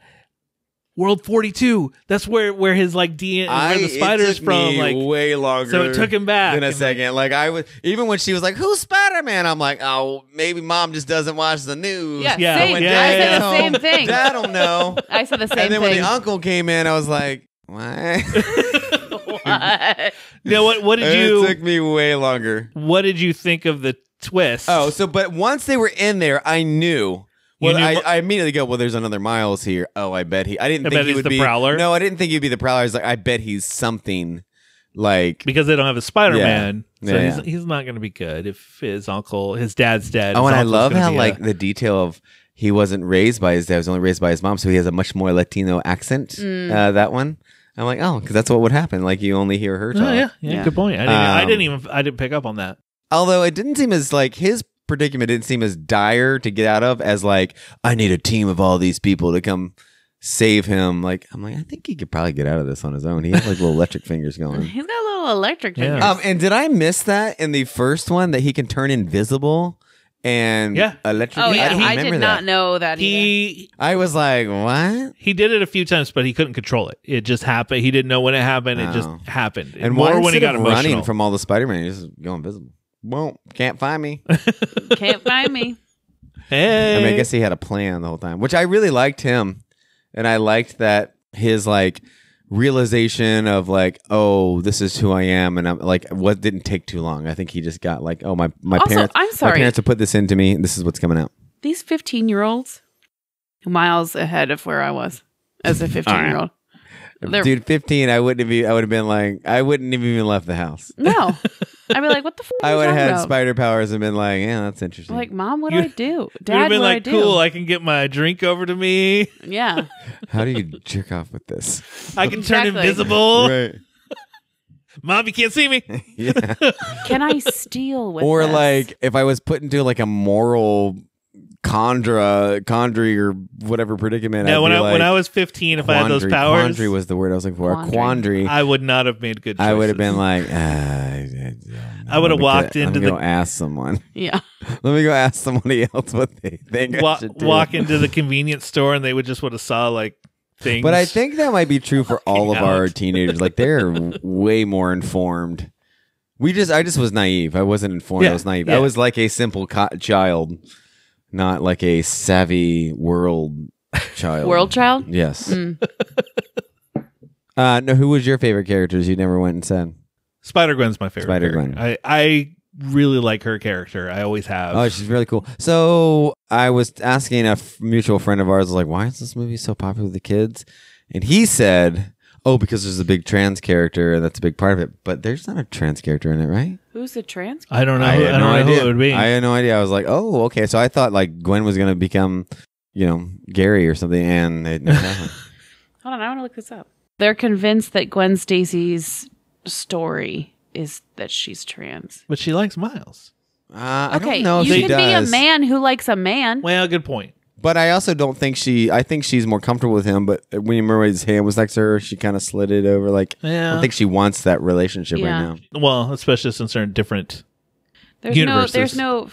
A: world 42 that's where where his like dn
B: I,
A: where the
B: it
A: spider's
B: took
A: from
B: me
A: like
B: way longer.
A: so it took him back
B: in a
A: And, like,
B: second. Like I was, even when she was like, "Who's Spider Man?" I'm like, "Oh, maybe mom just doesn't watch the news."
C: Yeah,
A: Yeah,
C: same.
A: when
C: I
A: Dad
C: said
A: gets
C: the
B: home,
C: same thing.
B: [LAUGHS] Dad don't know.
C: [LAUGHS] I said the [LAUGHS]
B: [LAUGHS]
C: same
B: and then when
C: thing.
B: the uncle came in, I was like, "What?" [LAUGHS]
C: What? [LAUGHS]
A: now what what did
B: it
A: [LAUGHS] you
B: took me way longer.
A: what did you think of the twist
B: Oh, so but once they were in there, I knew.
A: You
B: Well,
A: knew-
B: I, I immediately go, well, there's another Miles here. Oh, I bet he. I didn't
A: I
B: think
A: bet
B: he
A: he's
B: would
A: the
B: be
A: Prowler.
B: No, I didn't think he'd be the Prowler. I was like, I bet he's something like.
A: because they don't have a Spider Man.
B: Yeah.
A: So
B: Yeah,
A: he's, he's not going to be good if his uncle, his dad's dead.
B: Oh,
A: His
B: and I
A: uncle's
B: love
A: gonna
B: how
A: be a-
B: like the detail of he wasn't raised by his dad; he was only raised by his mom, so he has a much more Latino accent. Uh, that one, I'm like, oh, because that's what would happen. Like you only hear her talk.
A: oh, yeah, yeah,
C: Yeah.
A: good point. I didn't, I
B: Um,
A: didn't even I didn't pick up on that.
B: Although it didn't seem as like his predicament didn't seem as dire to get out of as like I need a team of all these people to come save him. Like I'm like, I think he could probably get out of this on his own. He has like little electric fingers
C: [LAUGHS]
B: going.
C: He's got a little electric.
A: Yeah.
C: fingers.
B: Um, and did I miss that in the first one that he can turn invisible and
A: Yeah.
B: electric?
C: Oh yeah,
B: didn't
C: I,
B: remember
C: did
B: that.
C: not know that. either.
A: He
B: I was like, what?
A: he did it a few times, but he couldn't control it. It just happened. He didn't know when it happened. It just
B: Oh.
A: happened.
B: And
A: more
B: why
A: when he
B: instead
A: got
B: of
A: emotional.
B: running from all the Spider Man, he's just go invisible. Won't can't find me. I [LAUGHS]
C: Can't find me.
A: hey,
B: mean, I guess he had a plan the whole time, which I really liked him, and I liked that his like realization of like, oh, this is who I am, and I'm like, what didn't take too long. I think he just got like, oh my my
C: Also,
B: parents,
C: I'm
B: my
C: sorry.
B: parents have put this into me, and this is what's coming out.
C: These fifteen-year-olds, miles ahead of where I was as a fifteen-year-old. They're-
B: Dude, fifteen, I wouldn't have. e- I would have been like, I wouldn't have even left the house.
C: [LAUGHS] No, I'd be
B: [LAUGHS]
C: like, "What the fuck?"
B: I
C: are you
B: would have
C: talking
B: had
C: about?
B: spider powers and been like, yeah, that's interesting.
C: Like, mom, what do
A: You-
C: I do?
A: He would've
C: Dad,
A: been
C: what
A: like,
C: do I do?
A: cool. I can get my drink over to me.
C: yeah,
B: How
C: [LAUGHS]
B: do you jerk off with this?
A: I can turn
C: Exactly.
A: invisible. Mom, you can't see me.
B: [LAUGHS] Yeah. [LAUGHS]
C: can I steal with?
B: or
C: this?
B: like if I was put into like a moral Condra, Condry, or whatever predicament.
A: now,
B: I'd
A: when
B: be
A: I when
B: like,
A: I was 15, if I had those
B: quandary-
A: powers,
B: quandary was the word I was looking for. A
C: Quandary.
B: quandary.
A: I would not have made good. Choices.
B: I would have been like, ah, I, don't know.
A: I would have
B: Let me
A: walked
B: go- let
A: into
B: me
A: the-
B: go ask someone. [LAUGHS]
C: Yeah.
B: Let me go ask somebody else what they think. [LAUGHS] I
A: Wa-
B: should do.
A: walk into the convenience store and they would just would have saw like things.
B: But I think that might be true for all of
A: Fucking
B: our
A: out.
B: teenagers. Like they're way more informed. We just, I just was naive. I wasn't informed. I
A: Yeah,
B: was naive. I
A: yeah.
B: was like a simple co- child, not like a savvy world child. [LAUGHS]
C: World child?
B: Yes.
C: Mm.
B: Uh, no. Who was your favorite characters? You never went and said.
A: Spider Gwen's my favorite.
B: Spider-Gwen.
A: character. I I really like her character. I always have.
B: Oh, she's really cool. So I was asking a f- mutual friend of ours, like, why is this movie so popular with the kids? And he said, oh, because there's a big trans character, and that's a big part of it. But there's not a trans character in it, right?
C: Who's the trans?
A: I don't know. I,
B: had
A: don't know who it would be.
B: I had no idea. I was like, oh, okay. So I thought like Gwen was gonna become, you know, Gary or something,
A: [LAUGHS]
B: and it never happened.
C: Hold on, I want to look this up. They're convinced that Gwen Stacy's story is that she's trans.
A: but she likes Miles.
B: Uh, I
C: Okay,
B: don't know if
C: you
B: she
C: can
B: does.
C: be a man who likes a man.
A: Well, good point.
B: But I also don't think she. I think she's more comfortable with him. But when Murray's hand was next to her, she kind of slid it over. Like I
A: Yeah.
B: don't think she wants that relationship
C: Yeah.
B: right now.
A: Well, especially since they're in different.
C: There's
A: Universes.
C: no, there's no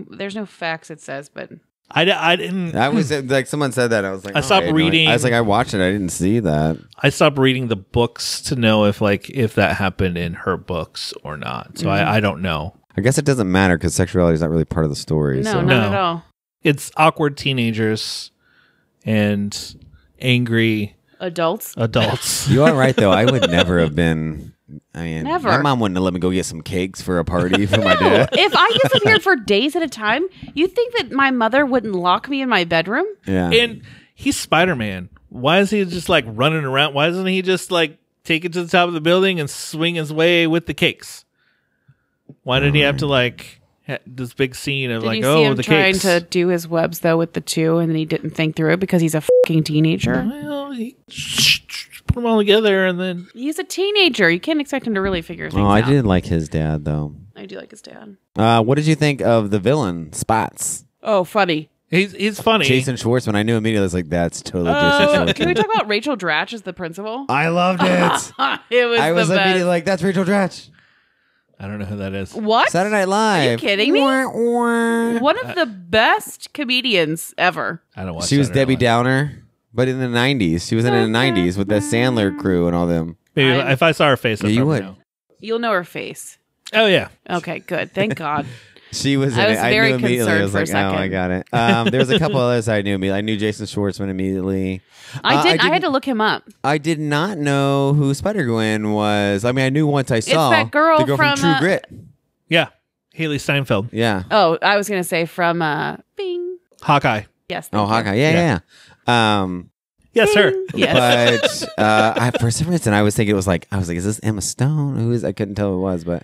C: fa- there's no facts. It says, but
A: I, d- I didn't.
B: That was like someone said that. I was like,
A: I
B: oh,
A: stopped
B: had no idea.
A: reading-
B: I was like, I watched it. I didn't see that.
A: I stopped reading the books to know if like if that happened in her books or not. So
C: Mm-hmm.
A: I, I don't know.
B: I guess it doesn't matter because sexuality is not really part of the story.
C: no,
B: so.
C: not
A: No.
C: at all.
A: It's awkward teenagers and angry
C: Adults. [LAUGHS]
A: adults.
B: You are right though. I would never have been. I mean,
C: Never.
B: My mom wouldn't have let me go get some cakes for a
C: [LAUGHS]
B: party for my dad.
C: if I disappeared for days at a time, you think that my mother wouldn't lock me in my bedroom?
B: Yeah.
A: and he's Spider Man. Why is he just like running around? Why doesn't he just like take it to the top of the building and swing his way with the cakes? Why did he have to like ha- this big scene of
C: Did
A: like
C: Mm. you see
A: oh
C: him
A: the
C: trying
A: cakes?
C: to do his webs though with the two, and then he didn't think through it because he's a fucking teenager.
A: well, he put them all together and then
C: He's a teenager. You can't expect him to really figure things
B: oh, I
C: out.
B: did like his dad though.
C: I do like his dad.
B: Uh, what did you think of the villain Spots?
C: Oh, funny.
A: he's he's funny.
B: Jason Schwartzman. I knew immediately. I was like, that's totally
C: Oh,
B: Jason
C: can we
B: Schwartzman.
C: talk about Rachel Dratch as the principal?
B: I
C: [LAUGHS]
B: loved it.
C: it was,
B: I was
C: the best.
B: immediately like, that's Rachel Dratch.
A: I don't know who that is.
C: what?
B: Saturday Night Live.
C: kidding me?
B: Wah, wah.
C: One of the best comedians ever.
A: I don't watch.
B: She was
A: Saturday
B: Debbie
A: Night Live.
B: Downer, but in the '90s. She was
C: Uh-huh.
B: in the '90s with the Sandler crew and all them.
A: Maybe
C: I'm-
A: if I saw her face,
B: Yeah,
A: I'd
B: you
A: probably
B: would.
A: know.
C: You'll know her face.
A: Oh yeah,
C: Okay, good.
B: [LAUGHS]
C: Thank God.
B: She was. In
C: I was
B: it. I
C: very
B: knew immediately. I
C: concerned
B: was
C: for a
B: like, "Oh, I
C: second."
B: got it." Um, there was a couple [LAUGHS] others I knew. immediately. I knew Jason Schwartzman immediately.
C: I
B: Uh,
C: didn't, I had to look him up.
B: I did not know who Spider Gwen was. I mean, I knew once I saw
C: that girl
B: the girl from,
C: from,
B: True
C: uh,
B: Grit.
A: yeah. Haley Steinfeld,
B: Yeah.
C: Oh, I was gonna say from uh, Bing.
A: Hawkeye.
C: Yes.
B: Oh,
C: thank you.
B: Hawkeye. Yeah, yeah. yeah. Um,
A: Yes, her.
C: [LAUGHS] Yes. [LAUGHS]
B: but uh, I, for some reason, I was thinking it was like I was like, "Is this Emma Stone?" Who is? I couldn't tell who it was, but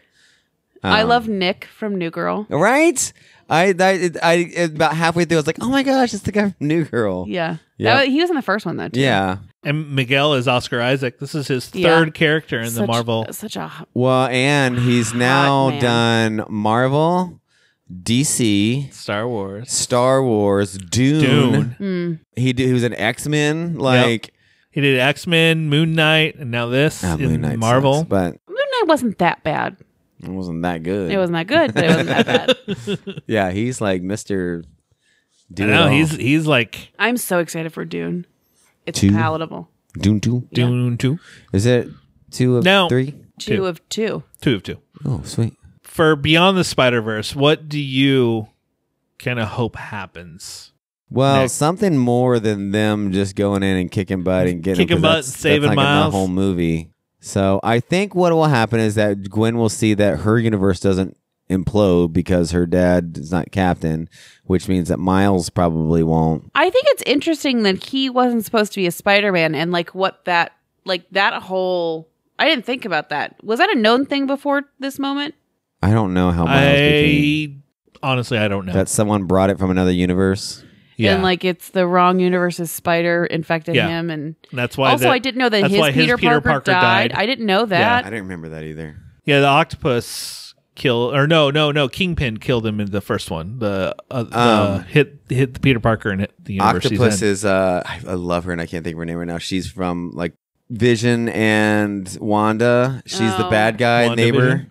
C: I
B: um,
C: love Nick from New Girl.
B: Right? I, I, I about halfway through, I was like, "Oh my gosh, it's the guy from New Girl."
C: Yeah.
B: Oh. Yeah.
C: That was- he was in the first one though. Too.
B: Yeah.
A: And Miguel is Oscar Isaac. This is his
C: Yeah.
A: third character in the
C: Such-
A: Marvel.
C: Such a hot-
B: Well, and he's
C: [SIGHS] Hot
B: now
C: man.
B: done Marvel, DC,
A: Star Wars.
B: Star Wars, Dune.
A: Dune.
C: mm.
B: He did, he was an X Men, like
A: He did X Men, Moon Knight, and now this
B: Ah,
A: in
B: Moon Knight
A: Marvel.
B: sucks, but
C: Moon Knight wasn't that bad.
B: it wasn't that good.
C: It wasn't that good, but it wasn't that bad.
B: [LAUGHS] Yeah, he's like Mister.
A: I
B: Dune.
A: know he's he's like
C: I'm so excited for Dune. It's
B: Two.
C: palatable.
B: Dune two.
A: Dune two,
B: Is it two of
A: No.
B: three?
C: Two,
A: Two.
C: of two.
A: two of two.
B: Oh, sweet.
A: For Beyond the Spider Verse, what do you kind of hope happens?
B: Well,
A: Next.
B: something more than them just going in and kicking butt and getting
A: Kicking
B: 'cause
A: butt,
B: that's- that's
A: saving
B: not gonna be
A: miles.
B: The whole movie. So I think what will happen is that Gwen will see that her universe doesn't implode because her dad is not captain, which means that Miles probably won't.
C: I think it's interesting that he wasn't supposed to be a Spider-Man and like what that like that whole I didn't think about that. Was that a known thing before this moment?
B: I don't know how Miles became.
A: I honestly I don't know.
B: That someone brought it from another universe.
A: yeah,
C: And like it's the wrong universe's spider infected
A: Yeah.
C: him and
A: And that's why.
C: also
A: the-
C: I didn't know that
A: that's
C: his
A: why
C: Peter, Parker, died. I didn't know that.
B: I didn't remember that either.
A: yeah, the octopus kill or no no no Kingpin killed him in the first one. The, uh, the
B: Um,
A: hit hit the Peter Parker and hit the universe he's
B: Octopus
A: in.
B: is uh I, I love her and I can't think of her name right now. She's from like Vision and Wanda. She's the
C: Oh.
B: bad guy
A: Wanda
B: neighbor.
A: Vision?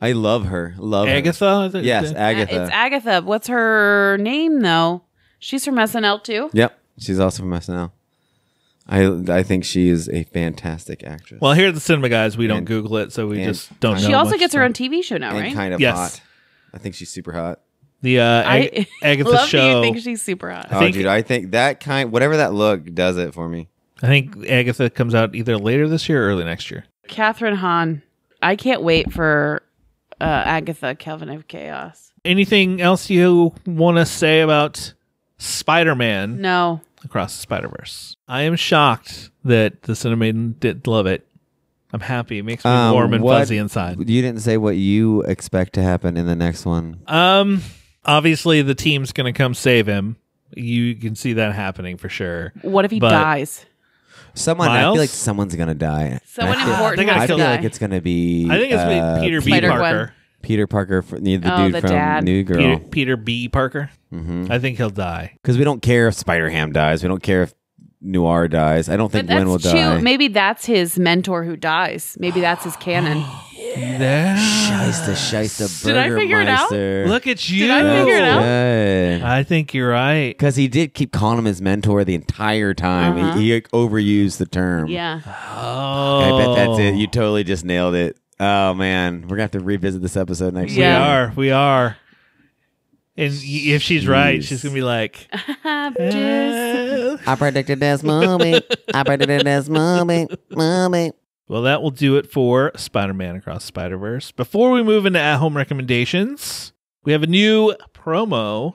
B: I love her. Love her.
A: Agatha. I think-
B: Yes,
A: yeah.
B: Agatha.
C: Uh, It's Agatha. What's her name though? She's from SNL too.
B: yep. She's also from SNL. I I think she is a fantastic actress.
A: well, here at the cinema guys, we don't
B: And-
A: Google it, so we
B: and-
A: just don't. know
C: She also
A: much.
C: gets her own TV show now,
B: and
C: right?
B: kind of
A: Yes.
B: hot. I think she's super hot.
A: the uh,
C: [LAUGHS]
A: Ag- Agatha
C: love that
A: show.
C: you think she's super hot.
B: Oh
A: think-
B: dude, I think that kind whatever that look does it for me.
A: I think Agatha comes out either later this year or early next year.
C: Catherine Hahn. I can't wait for uh, Agatha Kelvin of Chaos.
A: Anything else you want to say about Spider-Man
C: No,
A: across the Spider-Verse? I am shocked that the Cinemaiden did love it. I'm happy. It makes me
B: Um,
A: warm and
B: what-
A: fuzzy inside.
B: You didn't say what you expect to happen in the next one.
A: Um, obviously the team's gonna come save him. You can see that happening for sure.
C: what if he
A: But-
C: dies?
B: Someone I
A: Miles?
B: feel like somenene's gonna die.
C: Someone
B: I feel-
C: important
A: I
C: has
B: I
C: to
B: feel
A: think
C: die.
B: like it's gonna be.
A: I think it's
B: uh,
A: Peter B.
C: Peter
A: Parker.
B: Peter Parker, fr- the
C: Oh,
B: dude
C: the
B: from
C: dad.
B: New
A: Peter,
B: Girl.
A: Peter B. Parker.
B: Because
A: I think he'll die.
B: we don't care if Spider Ham dies. We don't care if Noir dies. I don't
C: but
B: think Gwen will
C: that's
B: die.
C: too. Maybe that's his mentor who dies. Maybe that's
B: [GASPS]
C: his canon.
B: Shysta, Shysta,
C: Did I figure it out?
B: Burgermeister.
A: Look at you.
C: Did I figure it out?
B: Yeah.
A: I think you're right.
B: Because he did keep calling him his mentor the entire time.
C: Uh-huh.
B: He, he like, overused the term.
C: yeah.
B: [LAUGHS]
C: [LAUGHS]
A: Oh,
B: I bet that's it. You totally just nailed it. Oh man, we're gonna have to revisit this episode next
A: Oh, we
C: Yeah.
B: week.
A: are. We are. And y- if she's right,
B: Jeez.
A: she's gonna be like,
C: Just-
A: "Eh."
B: I predicted this movie. I predicted this movie. Movie.
A: well, that will do it for Spider-Man Across Spider-Verse. Before we move into at-home recommendations, we have a new promo.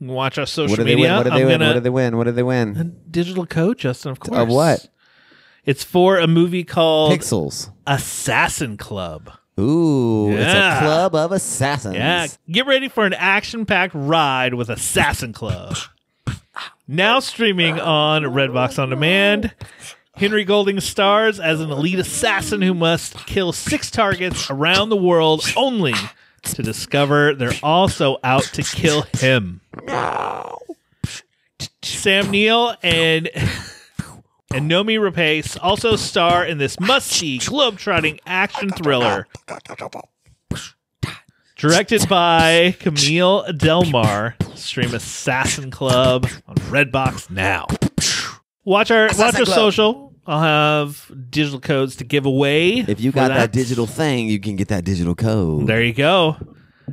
A: Watch our social
B: What do they
A: media.
B: win? What do they
A: I'm
B: win?
A: gonna-
B: What do they win? What do they
A: A
B: win?
A: digital code, Justin, of course.
B: Of what?
A: It's for a movie called
B: Pixels.
A: Assassin Club.
B: Ooh,
A: Yeah.
B: it's a club of assassins.
A: Yeah. Get ready for an action packed ride with Assassin Club. now streaming on Redbox On Demand. Henry Golding stars as an elite assassin who must kill six targets around the world only to discover they're also out to kill him. Sam Neill and and Nomi Rapace also star in this must-see globe-trotting action thriller directed by Camille Delmar. Stream Assassin Club on Redbox now. Watch our watch our social. I'll have digital codes to give away.
B: If you
A: for
B: got that. digital thing, you can get that digital code.
A: there you go. All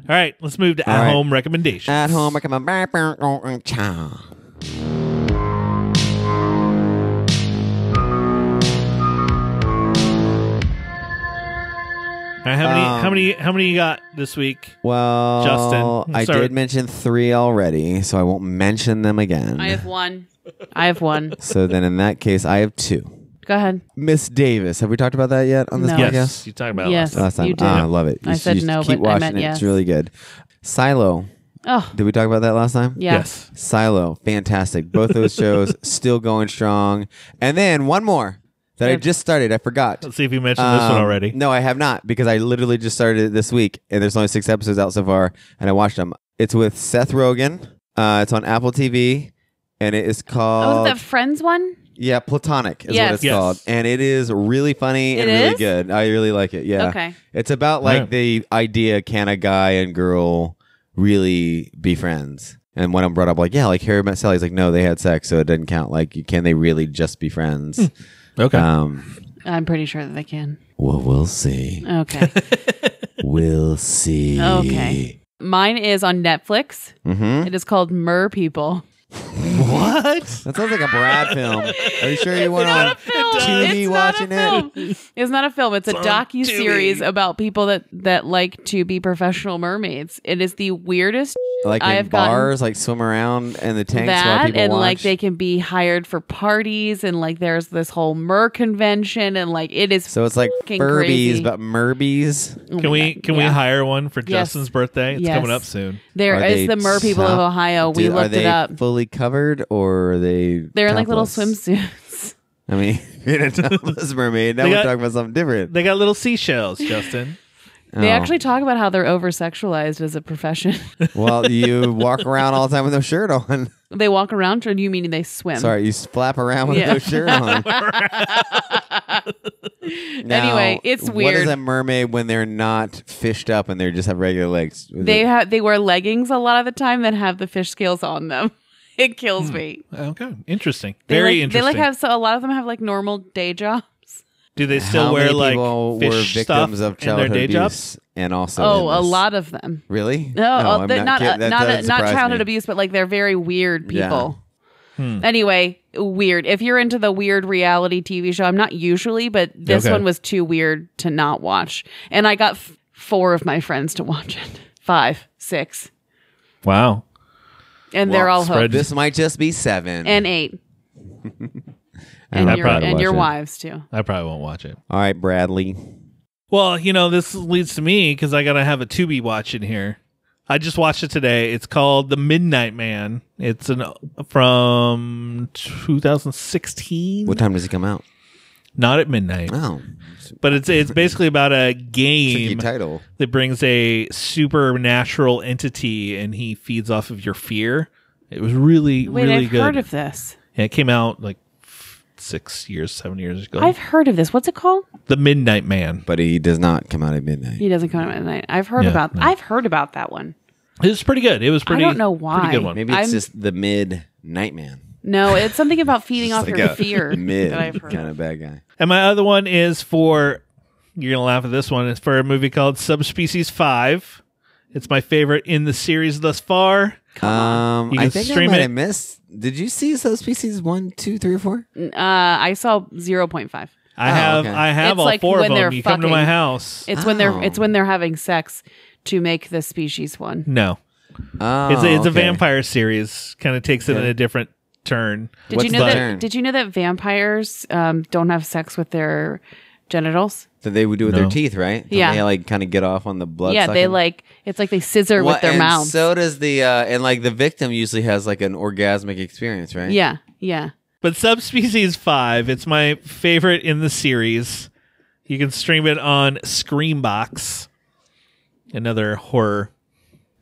A: right, let's move to
B: All
A: at
B: right.
A: home recommendations.
B: At home, I come on.
A: All right, how many
B: Um,
A: how many how many you got this week?
B: Well,
A: Justin,
B: I
A: sorry.
B: did mention three already, so I won't mention them again.
C: I have one. I
B: [LAUGHS]
C: have one.
B: so then, in that case, I have two.
C: Go ahead.
B: Miss Davis. Have we talked about that yet on this
C: No.
A: yes,
B: podcast?
A: you talked about it last
C: Yes.
A: time.
B: Last time.
C: You did.
B: Ah, I love it. You
C: I
B: should-
C: said
B: you should
C: no,
B: Keep
C: but I
B: watching
C: meant
B: it.
C: yes.
B: It's really good. Silo.
C: Oh,
B: Did we talk about that last time?
C: yeah.
A: Yes.
B: Silo. Fantastic. Both those
C: [LAUGHS]
B: shows still going strong. And then one more that I just started. I forgot.
A: Let's see if you mentioned this one
B: Um,
A: already.
B: No, I have not because I literally just started it this week, and there's only six episodes out so far, and I watched them. It's with Seth Rogen. Uh, it's on Apple TV, and it is
C: Oh,
B: called
C: is it the Friends one?
B: yeah, Platonic is
C: Yes.
B: what it's
A: Yes.
B: called, and it is really funny and
C: It
B: really
C: is?
B: good. I really like it. Yeah,
C: Okay.
B: it's about like
A: Yeah.
B: the idea can a guy and girl really be friends? And when I'm brought up, like, yeah, like Harry Met Sally's like, no, they had sex, so it doesn't count. Like, can they really just be
A: Hmm.
B: friends?
A: Okay.
B: um,
C: I'm pretty sure that they can.
B: well, we'll see. [LAUGHS]
C: Okay.
B: We'll see.
C: Okay. Mine is on Netflix.
B: Mm-hmm.
C: It is called Mer People.
A: what?
B: That sounds like a
C: [LAUGHS]
B: Brad film. Are you sure you want
C: not a
B: to?
C: film.
B: TV
C: it's
B: watching
C: not a
B: it.
C: film. [LAUGHS] It's not a film. It's a docu series about people that that like to be professional mermaids. It is the weirdest
B: Like
C: I
B: in
C: have gotten
B: bars, like swim around in the [LAUGHS] tanks while
C: that
B: people
C: and
B: watch.
C: like they can be hired for parties and like there's this whole mer convention and like it is
B: so it's like
C: fucking
B: Furbies,
C: crazy.
B: but Murbies.
C: Oh my
A: Can we
C: God.
A: can we
C: Yeah.
A: hire one for
C: Yes.
A: Justin's birthday? It's
C: Yes.
A: coming up soon.
B: Are
C: There
B: they
C: is the mer people of
B: top-
C: Ohio. We
B: Do- are
C: looked
B: they
C: it up.
B: fully covered or are they?
C: They're in like little
B: topless?
C: swimsuits. [LAUGHS]
B: I [LAUGHS] mean, in a topless mermaid. Now
A: They
B: we're
A: got-
B: talking about something different.
A: They got little seashells, Justin.
C: They
B: Oh.
C: actually talk about how they're over sexualized as a profession.
B: [LAUGHS]
C: [LAUGHS]
B: Well, you walk around all the time with no shirt on.
C: they walk around, or do you mean they swim?
B: Sorry, you flap around with
C: Yeah.
B: no shirt
C: [LAUGHS]
B: on. Now,
C: Anyway, it's
B: What is
C: weird.
B: a mermaid when they're not fished up and they just have regular legs? Is
C: They
B: it-
C: have they wear leggings a lot of the time that have the fish scales on them. [LAUGHS] It
B: Hmm.
C: kills me.
A: [LAUGHS] Okay, interesting.
C: They
A: Very
C: like,
A: interesting.
C: They like have so a lot of them have like normal day jobs.
A: Do they still
B: How
A: wear
B: many
A: like
B: people
A: fish
B: were
A: stuff
B: victims of
A: in their
B: childhood
A: day
B: abuse
A: jobs?
B: and also
C: oh,
B: in
C: a
B: this?
C: lot of them.
B: Really?
C: No, uh,
B: I'm
C: they're not
B: kidding.
C: uh,
B: That
C: not, uh,
B: doesn't
C: not
B: surprise
C: childhood
B: me.
C: abuse, but like they're very weird
B: Yeah. Hmm.
C: people. Anyway, weird. If you're into the weird reality TV show, I'm not usually, but this
A: Okay.
C: one was too weird to not watch. And I got f- four of my friends to watch it. Five, six,
A: Wow.
C: and they're all
A: spread-
C: hooked.
B: This might just be seven.
C: And eight,
B: I don't
C: and
B: know
C: your
B: if I'd
C: and
B: watch
C: your
B: it.
C: wives too.
A: I probably won't watch it.
B: All right, Bradley.
A: Well, you know, this leads to me because I gotta have a Tubi watch in here. I just watched it today. It's called The Midnight Man. It's an from 2016.
B: What time does it come out?
A: Not at midnight,
B: Oh,
A: but it's it's basically about a
B: tricky
A: game
B: title.
A: that brings a supernatural entity and he feeds off of your fear. It was really
C: Wait,
A: really
C: I've
A: good.
C: heard of this.
A: Yeah, it came out like f- six years, seven years ago.
C: I've heard of this. What's it called?
A: the Midnight Man.
B: But he does not come out at midnight.
C: He doesn't come out at night. I've heard
A: Yeah,
C: about.
A: no.
C: I've heard about that one.
A: It was pretty good. It was pretty.
C: don't know why.
A: Pretty good one.
B: Maybe it's
C: I'm-
B: just the mid nightman.
C: No, it's something about feeding off
B: Like
C: your
B: a
C: fear
B: [LAUGHS] mid
C: that I've heard.
B: kind of bad guy.
A: And my other one is for you're gonna laugh at this one. It's for a movie called Subspecies Five. It's my favorite in the series thus far.
B: Um,
A: You
B: I
A: can
B: think I
A: stream
B: might
A: it.
B: have missed. Did you see subspecies one, two, three, or four?
C: Uh, I saw zero point five.
A: I
B: Oh,
A: have
B: okay.
A: I have
C: It's
A: all
C: like
A: four of
C: when
A: them.
C: they're
A: You come to my
C: fucking-
A: house.
C: It's when they're
B: Oh.
C: it's when they're having sex to make the species one.
A: no,
B: Oh,
A: it's it's a
B: okay.
A: vampire series. Kind of takes it in
B: Okay.
A: a different turn.
C: Did
B: What's
C: you know
B: the
C: that?
B: turn?
C: Did you know that vampires um, don't have sex with their genitals?
B: that they would do with
A: No.
B: their teeth, right? Don't
C: Yeah.
B: they like kind of get off on the blood.
C: yeah, they
B: sucking?
C: like it's like they scissor
B: Well,
C: with their
B: and
C: mouths.
B: So does the uh, and like the victim usually has like an orgasmic experience, right?
C: yeah, yeah.
A: But Subspecies 5, it's my favorite in the series. You can stream it on Screambox, another horror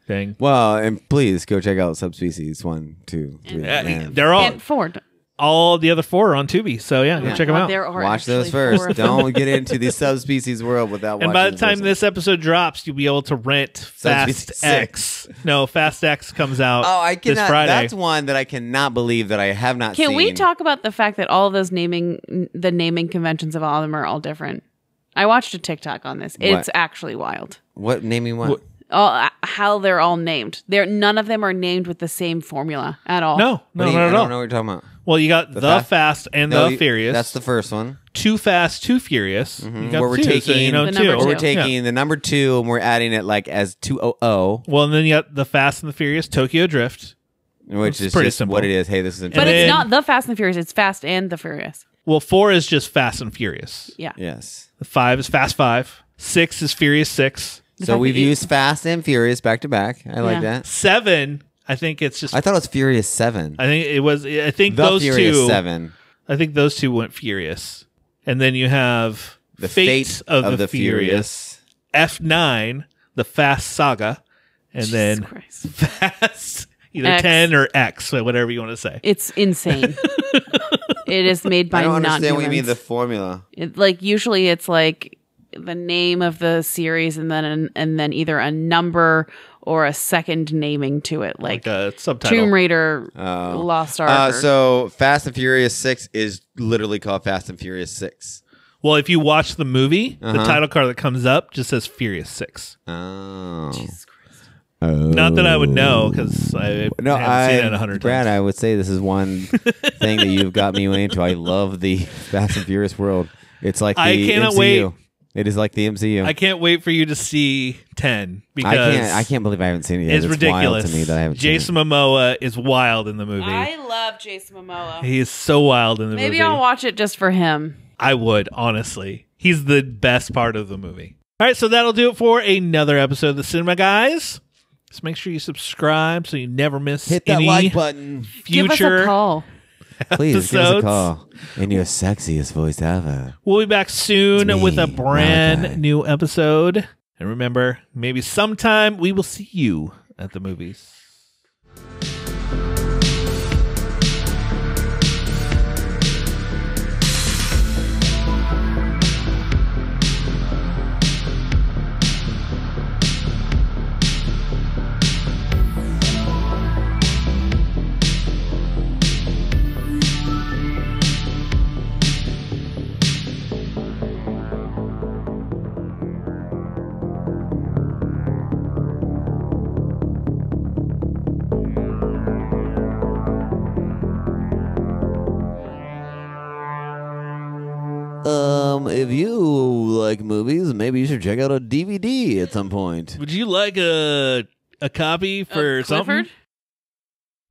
A: thing.
B: Well, and please go check out subspecies one, two, three.
A: Uh,
B: and-
A: they're all
C: And Ford.
A: all the other four are on Tubi, so yeah, go check them out.
C: There are
B: Watch those
C: actually four
B: first.
C: of them.
B: Don't get into the subspecies world without.
A: And
B: watching
A: by the
B: the
A: time
B: first one.
A: this episode drops, you'll be able to rent
B: Subspecies
A: Fast X. No, Fast X comes out
B: oh, I cannot.
A: this Friday.
B: That's one that I cannot believe that I have not.
C: Can we
B: seen.
C: talk about the fact that all of those naming the naming conventions of all of them are all different? I watched a TikTok on this. It's actually wild.
B: What naming one?
A: What-
C: All how they're all named. They're none of them are named with the same formula at all.
A: no,
B: What
A: no,
B: do you-
A: not
B: I
A: at
B: don't
A: all.
B: know what you're talking about.
A: Well, you got the,
B: Fast-
A: fast, and
B: No,
A: the
B: you-
A: Furious.
B: That's the first one.
A: too fast, too furious. You got
B: Where we're
A: two, so you
B: taking-
A: know
C: The number
A: two.
B: Or
C: two.
B: we're
C: Yeah.
B: taking the number two and we're adding it like as two oh o o,
A: Well, and then you got the Fast and the Furious, Tokyo Drift.
B: which
A: It's
B: is
A: pretty
B: just
A: simple.
B: what it is. Hey, this is a
C: But
A: And
C: it's
A: then-
C: not the Fast and the Furious. It's Fast and the Furious.
A: Well, four is just Fast and Furious.
C: Yeah.
B: yes.
A: Five is Fast Five. Six is Furious Six.
B: So
C: fact
B: we've
C: that you-
B: used Fast and Furious back to back. I like
C: Yeah.
B: that.
A: Seven, I think it's just.
B: I
A: I,
B: thought it was Furious Seven.
A: think it was. I think
B: the
A: those
B: Furious
A: two.
B: Seven.
A: I think those two went Furious, and then you have
B: The
A: Fate, of, the, Furious.
B: Furious.
A: F nine, the Fast Saga, and
C: Jesus
A: then
C: Christ.
A: Fast either
C: X.
A: ten or X, or whatever you want to say.
C: It's
A: [LAUGHS]
C: insane. it is made by
B: I don't
C: non
B: understand what you mean
C: humans.
B: the formula.
C: It- like usually it's like the name of the series and then an, and then either a number or a second naming to it like,
A: Like a subtitle.
C: Tomb Raider
A: Oh.
C: Lost Ark
B: Uh,
C: or-
B: so Fast and Furious Six is literally called Fast and Furious Six.
A: Well, if you watch the movie, the
B: Uh-huh.
A: title card that comes up just says Furious Six.
B: Oh.
A: Not that I would know because I
B: No,
A: haven't seen it
B: I,
A: a hundred
B: Brad,
A: times.
B: I would say this
A: [LAUGHS]
B: is one thing that you've got me into. I love the Fast and Furious world. It's like the
A: I cannot
B: MCU.
A: wait.
B: It is like the MCU.
A: I
B: I,
A: can't wait for you to see ten because
B: can't. I can't believe I haven't seen it yet.
A: It's, ridiculous
B: wild to me that I haven't. seen it.
A: Jason Momoa is wild in the movie.
C: love Jason Momoa.
A: he is so wild in the
C: Maybe
A: movie.
C: I'll watch it just for him.
A: I would honestly. He's the best part of the movie. All right, so that'll do it for another episode of the Cinema Guys. Just make sure you subscribe so you never miss
B: Hit that
A: any
B: like button,
A: future.
C: Give us a call.
B: please. Give us a
A: episodes.
B: call in your sexiest voice ever.
A: We'll be back soon
B: It's me,
A: with a brand
B: Malachi.
A: new episode. And remember, maybe sometime we will see you at the movies.
B: Um, if you like movies, maybe you should check out a DVD at some point.
A: Would you like a a copy for
C: Clifford?
A: something?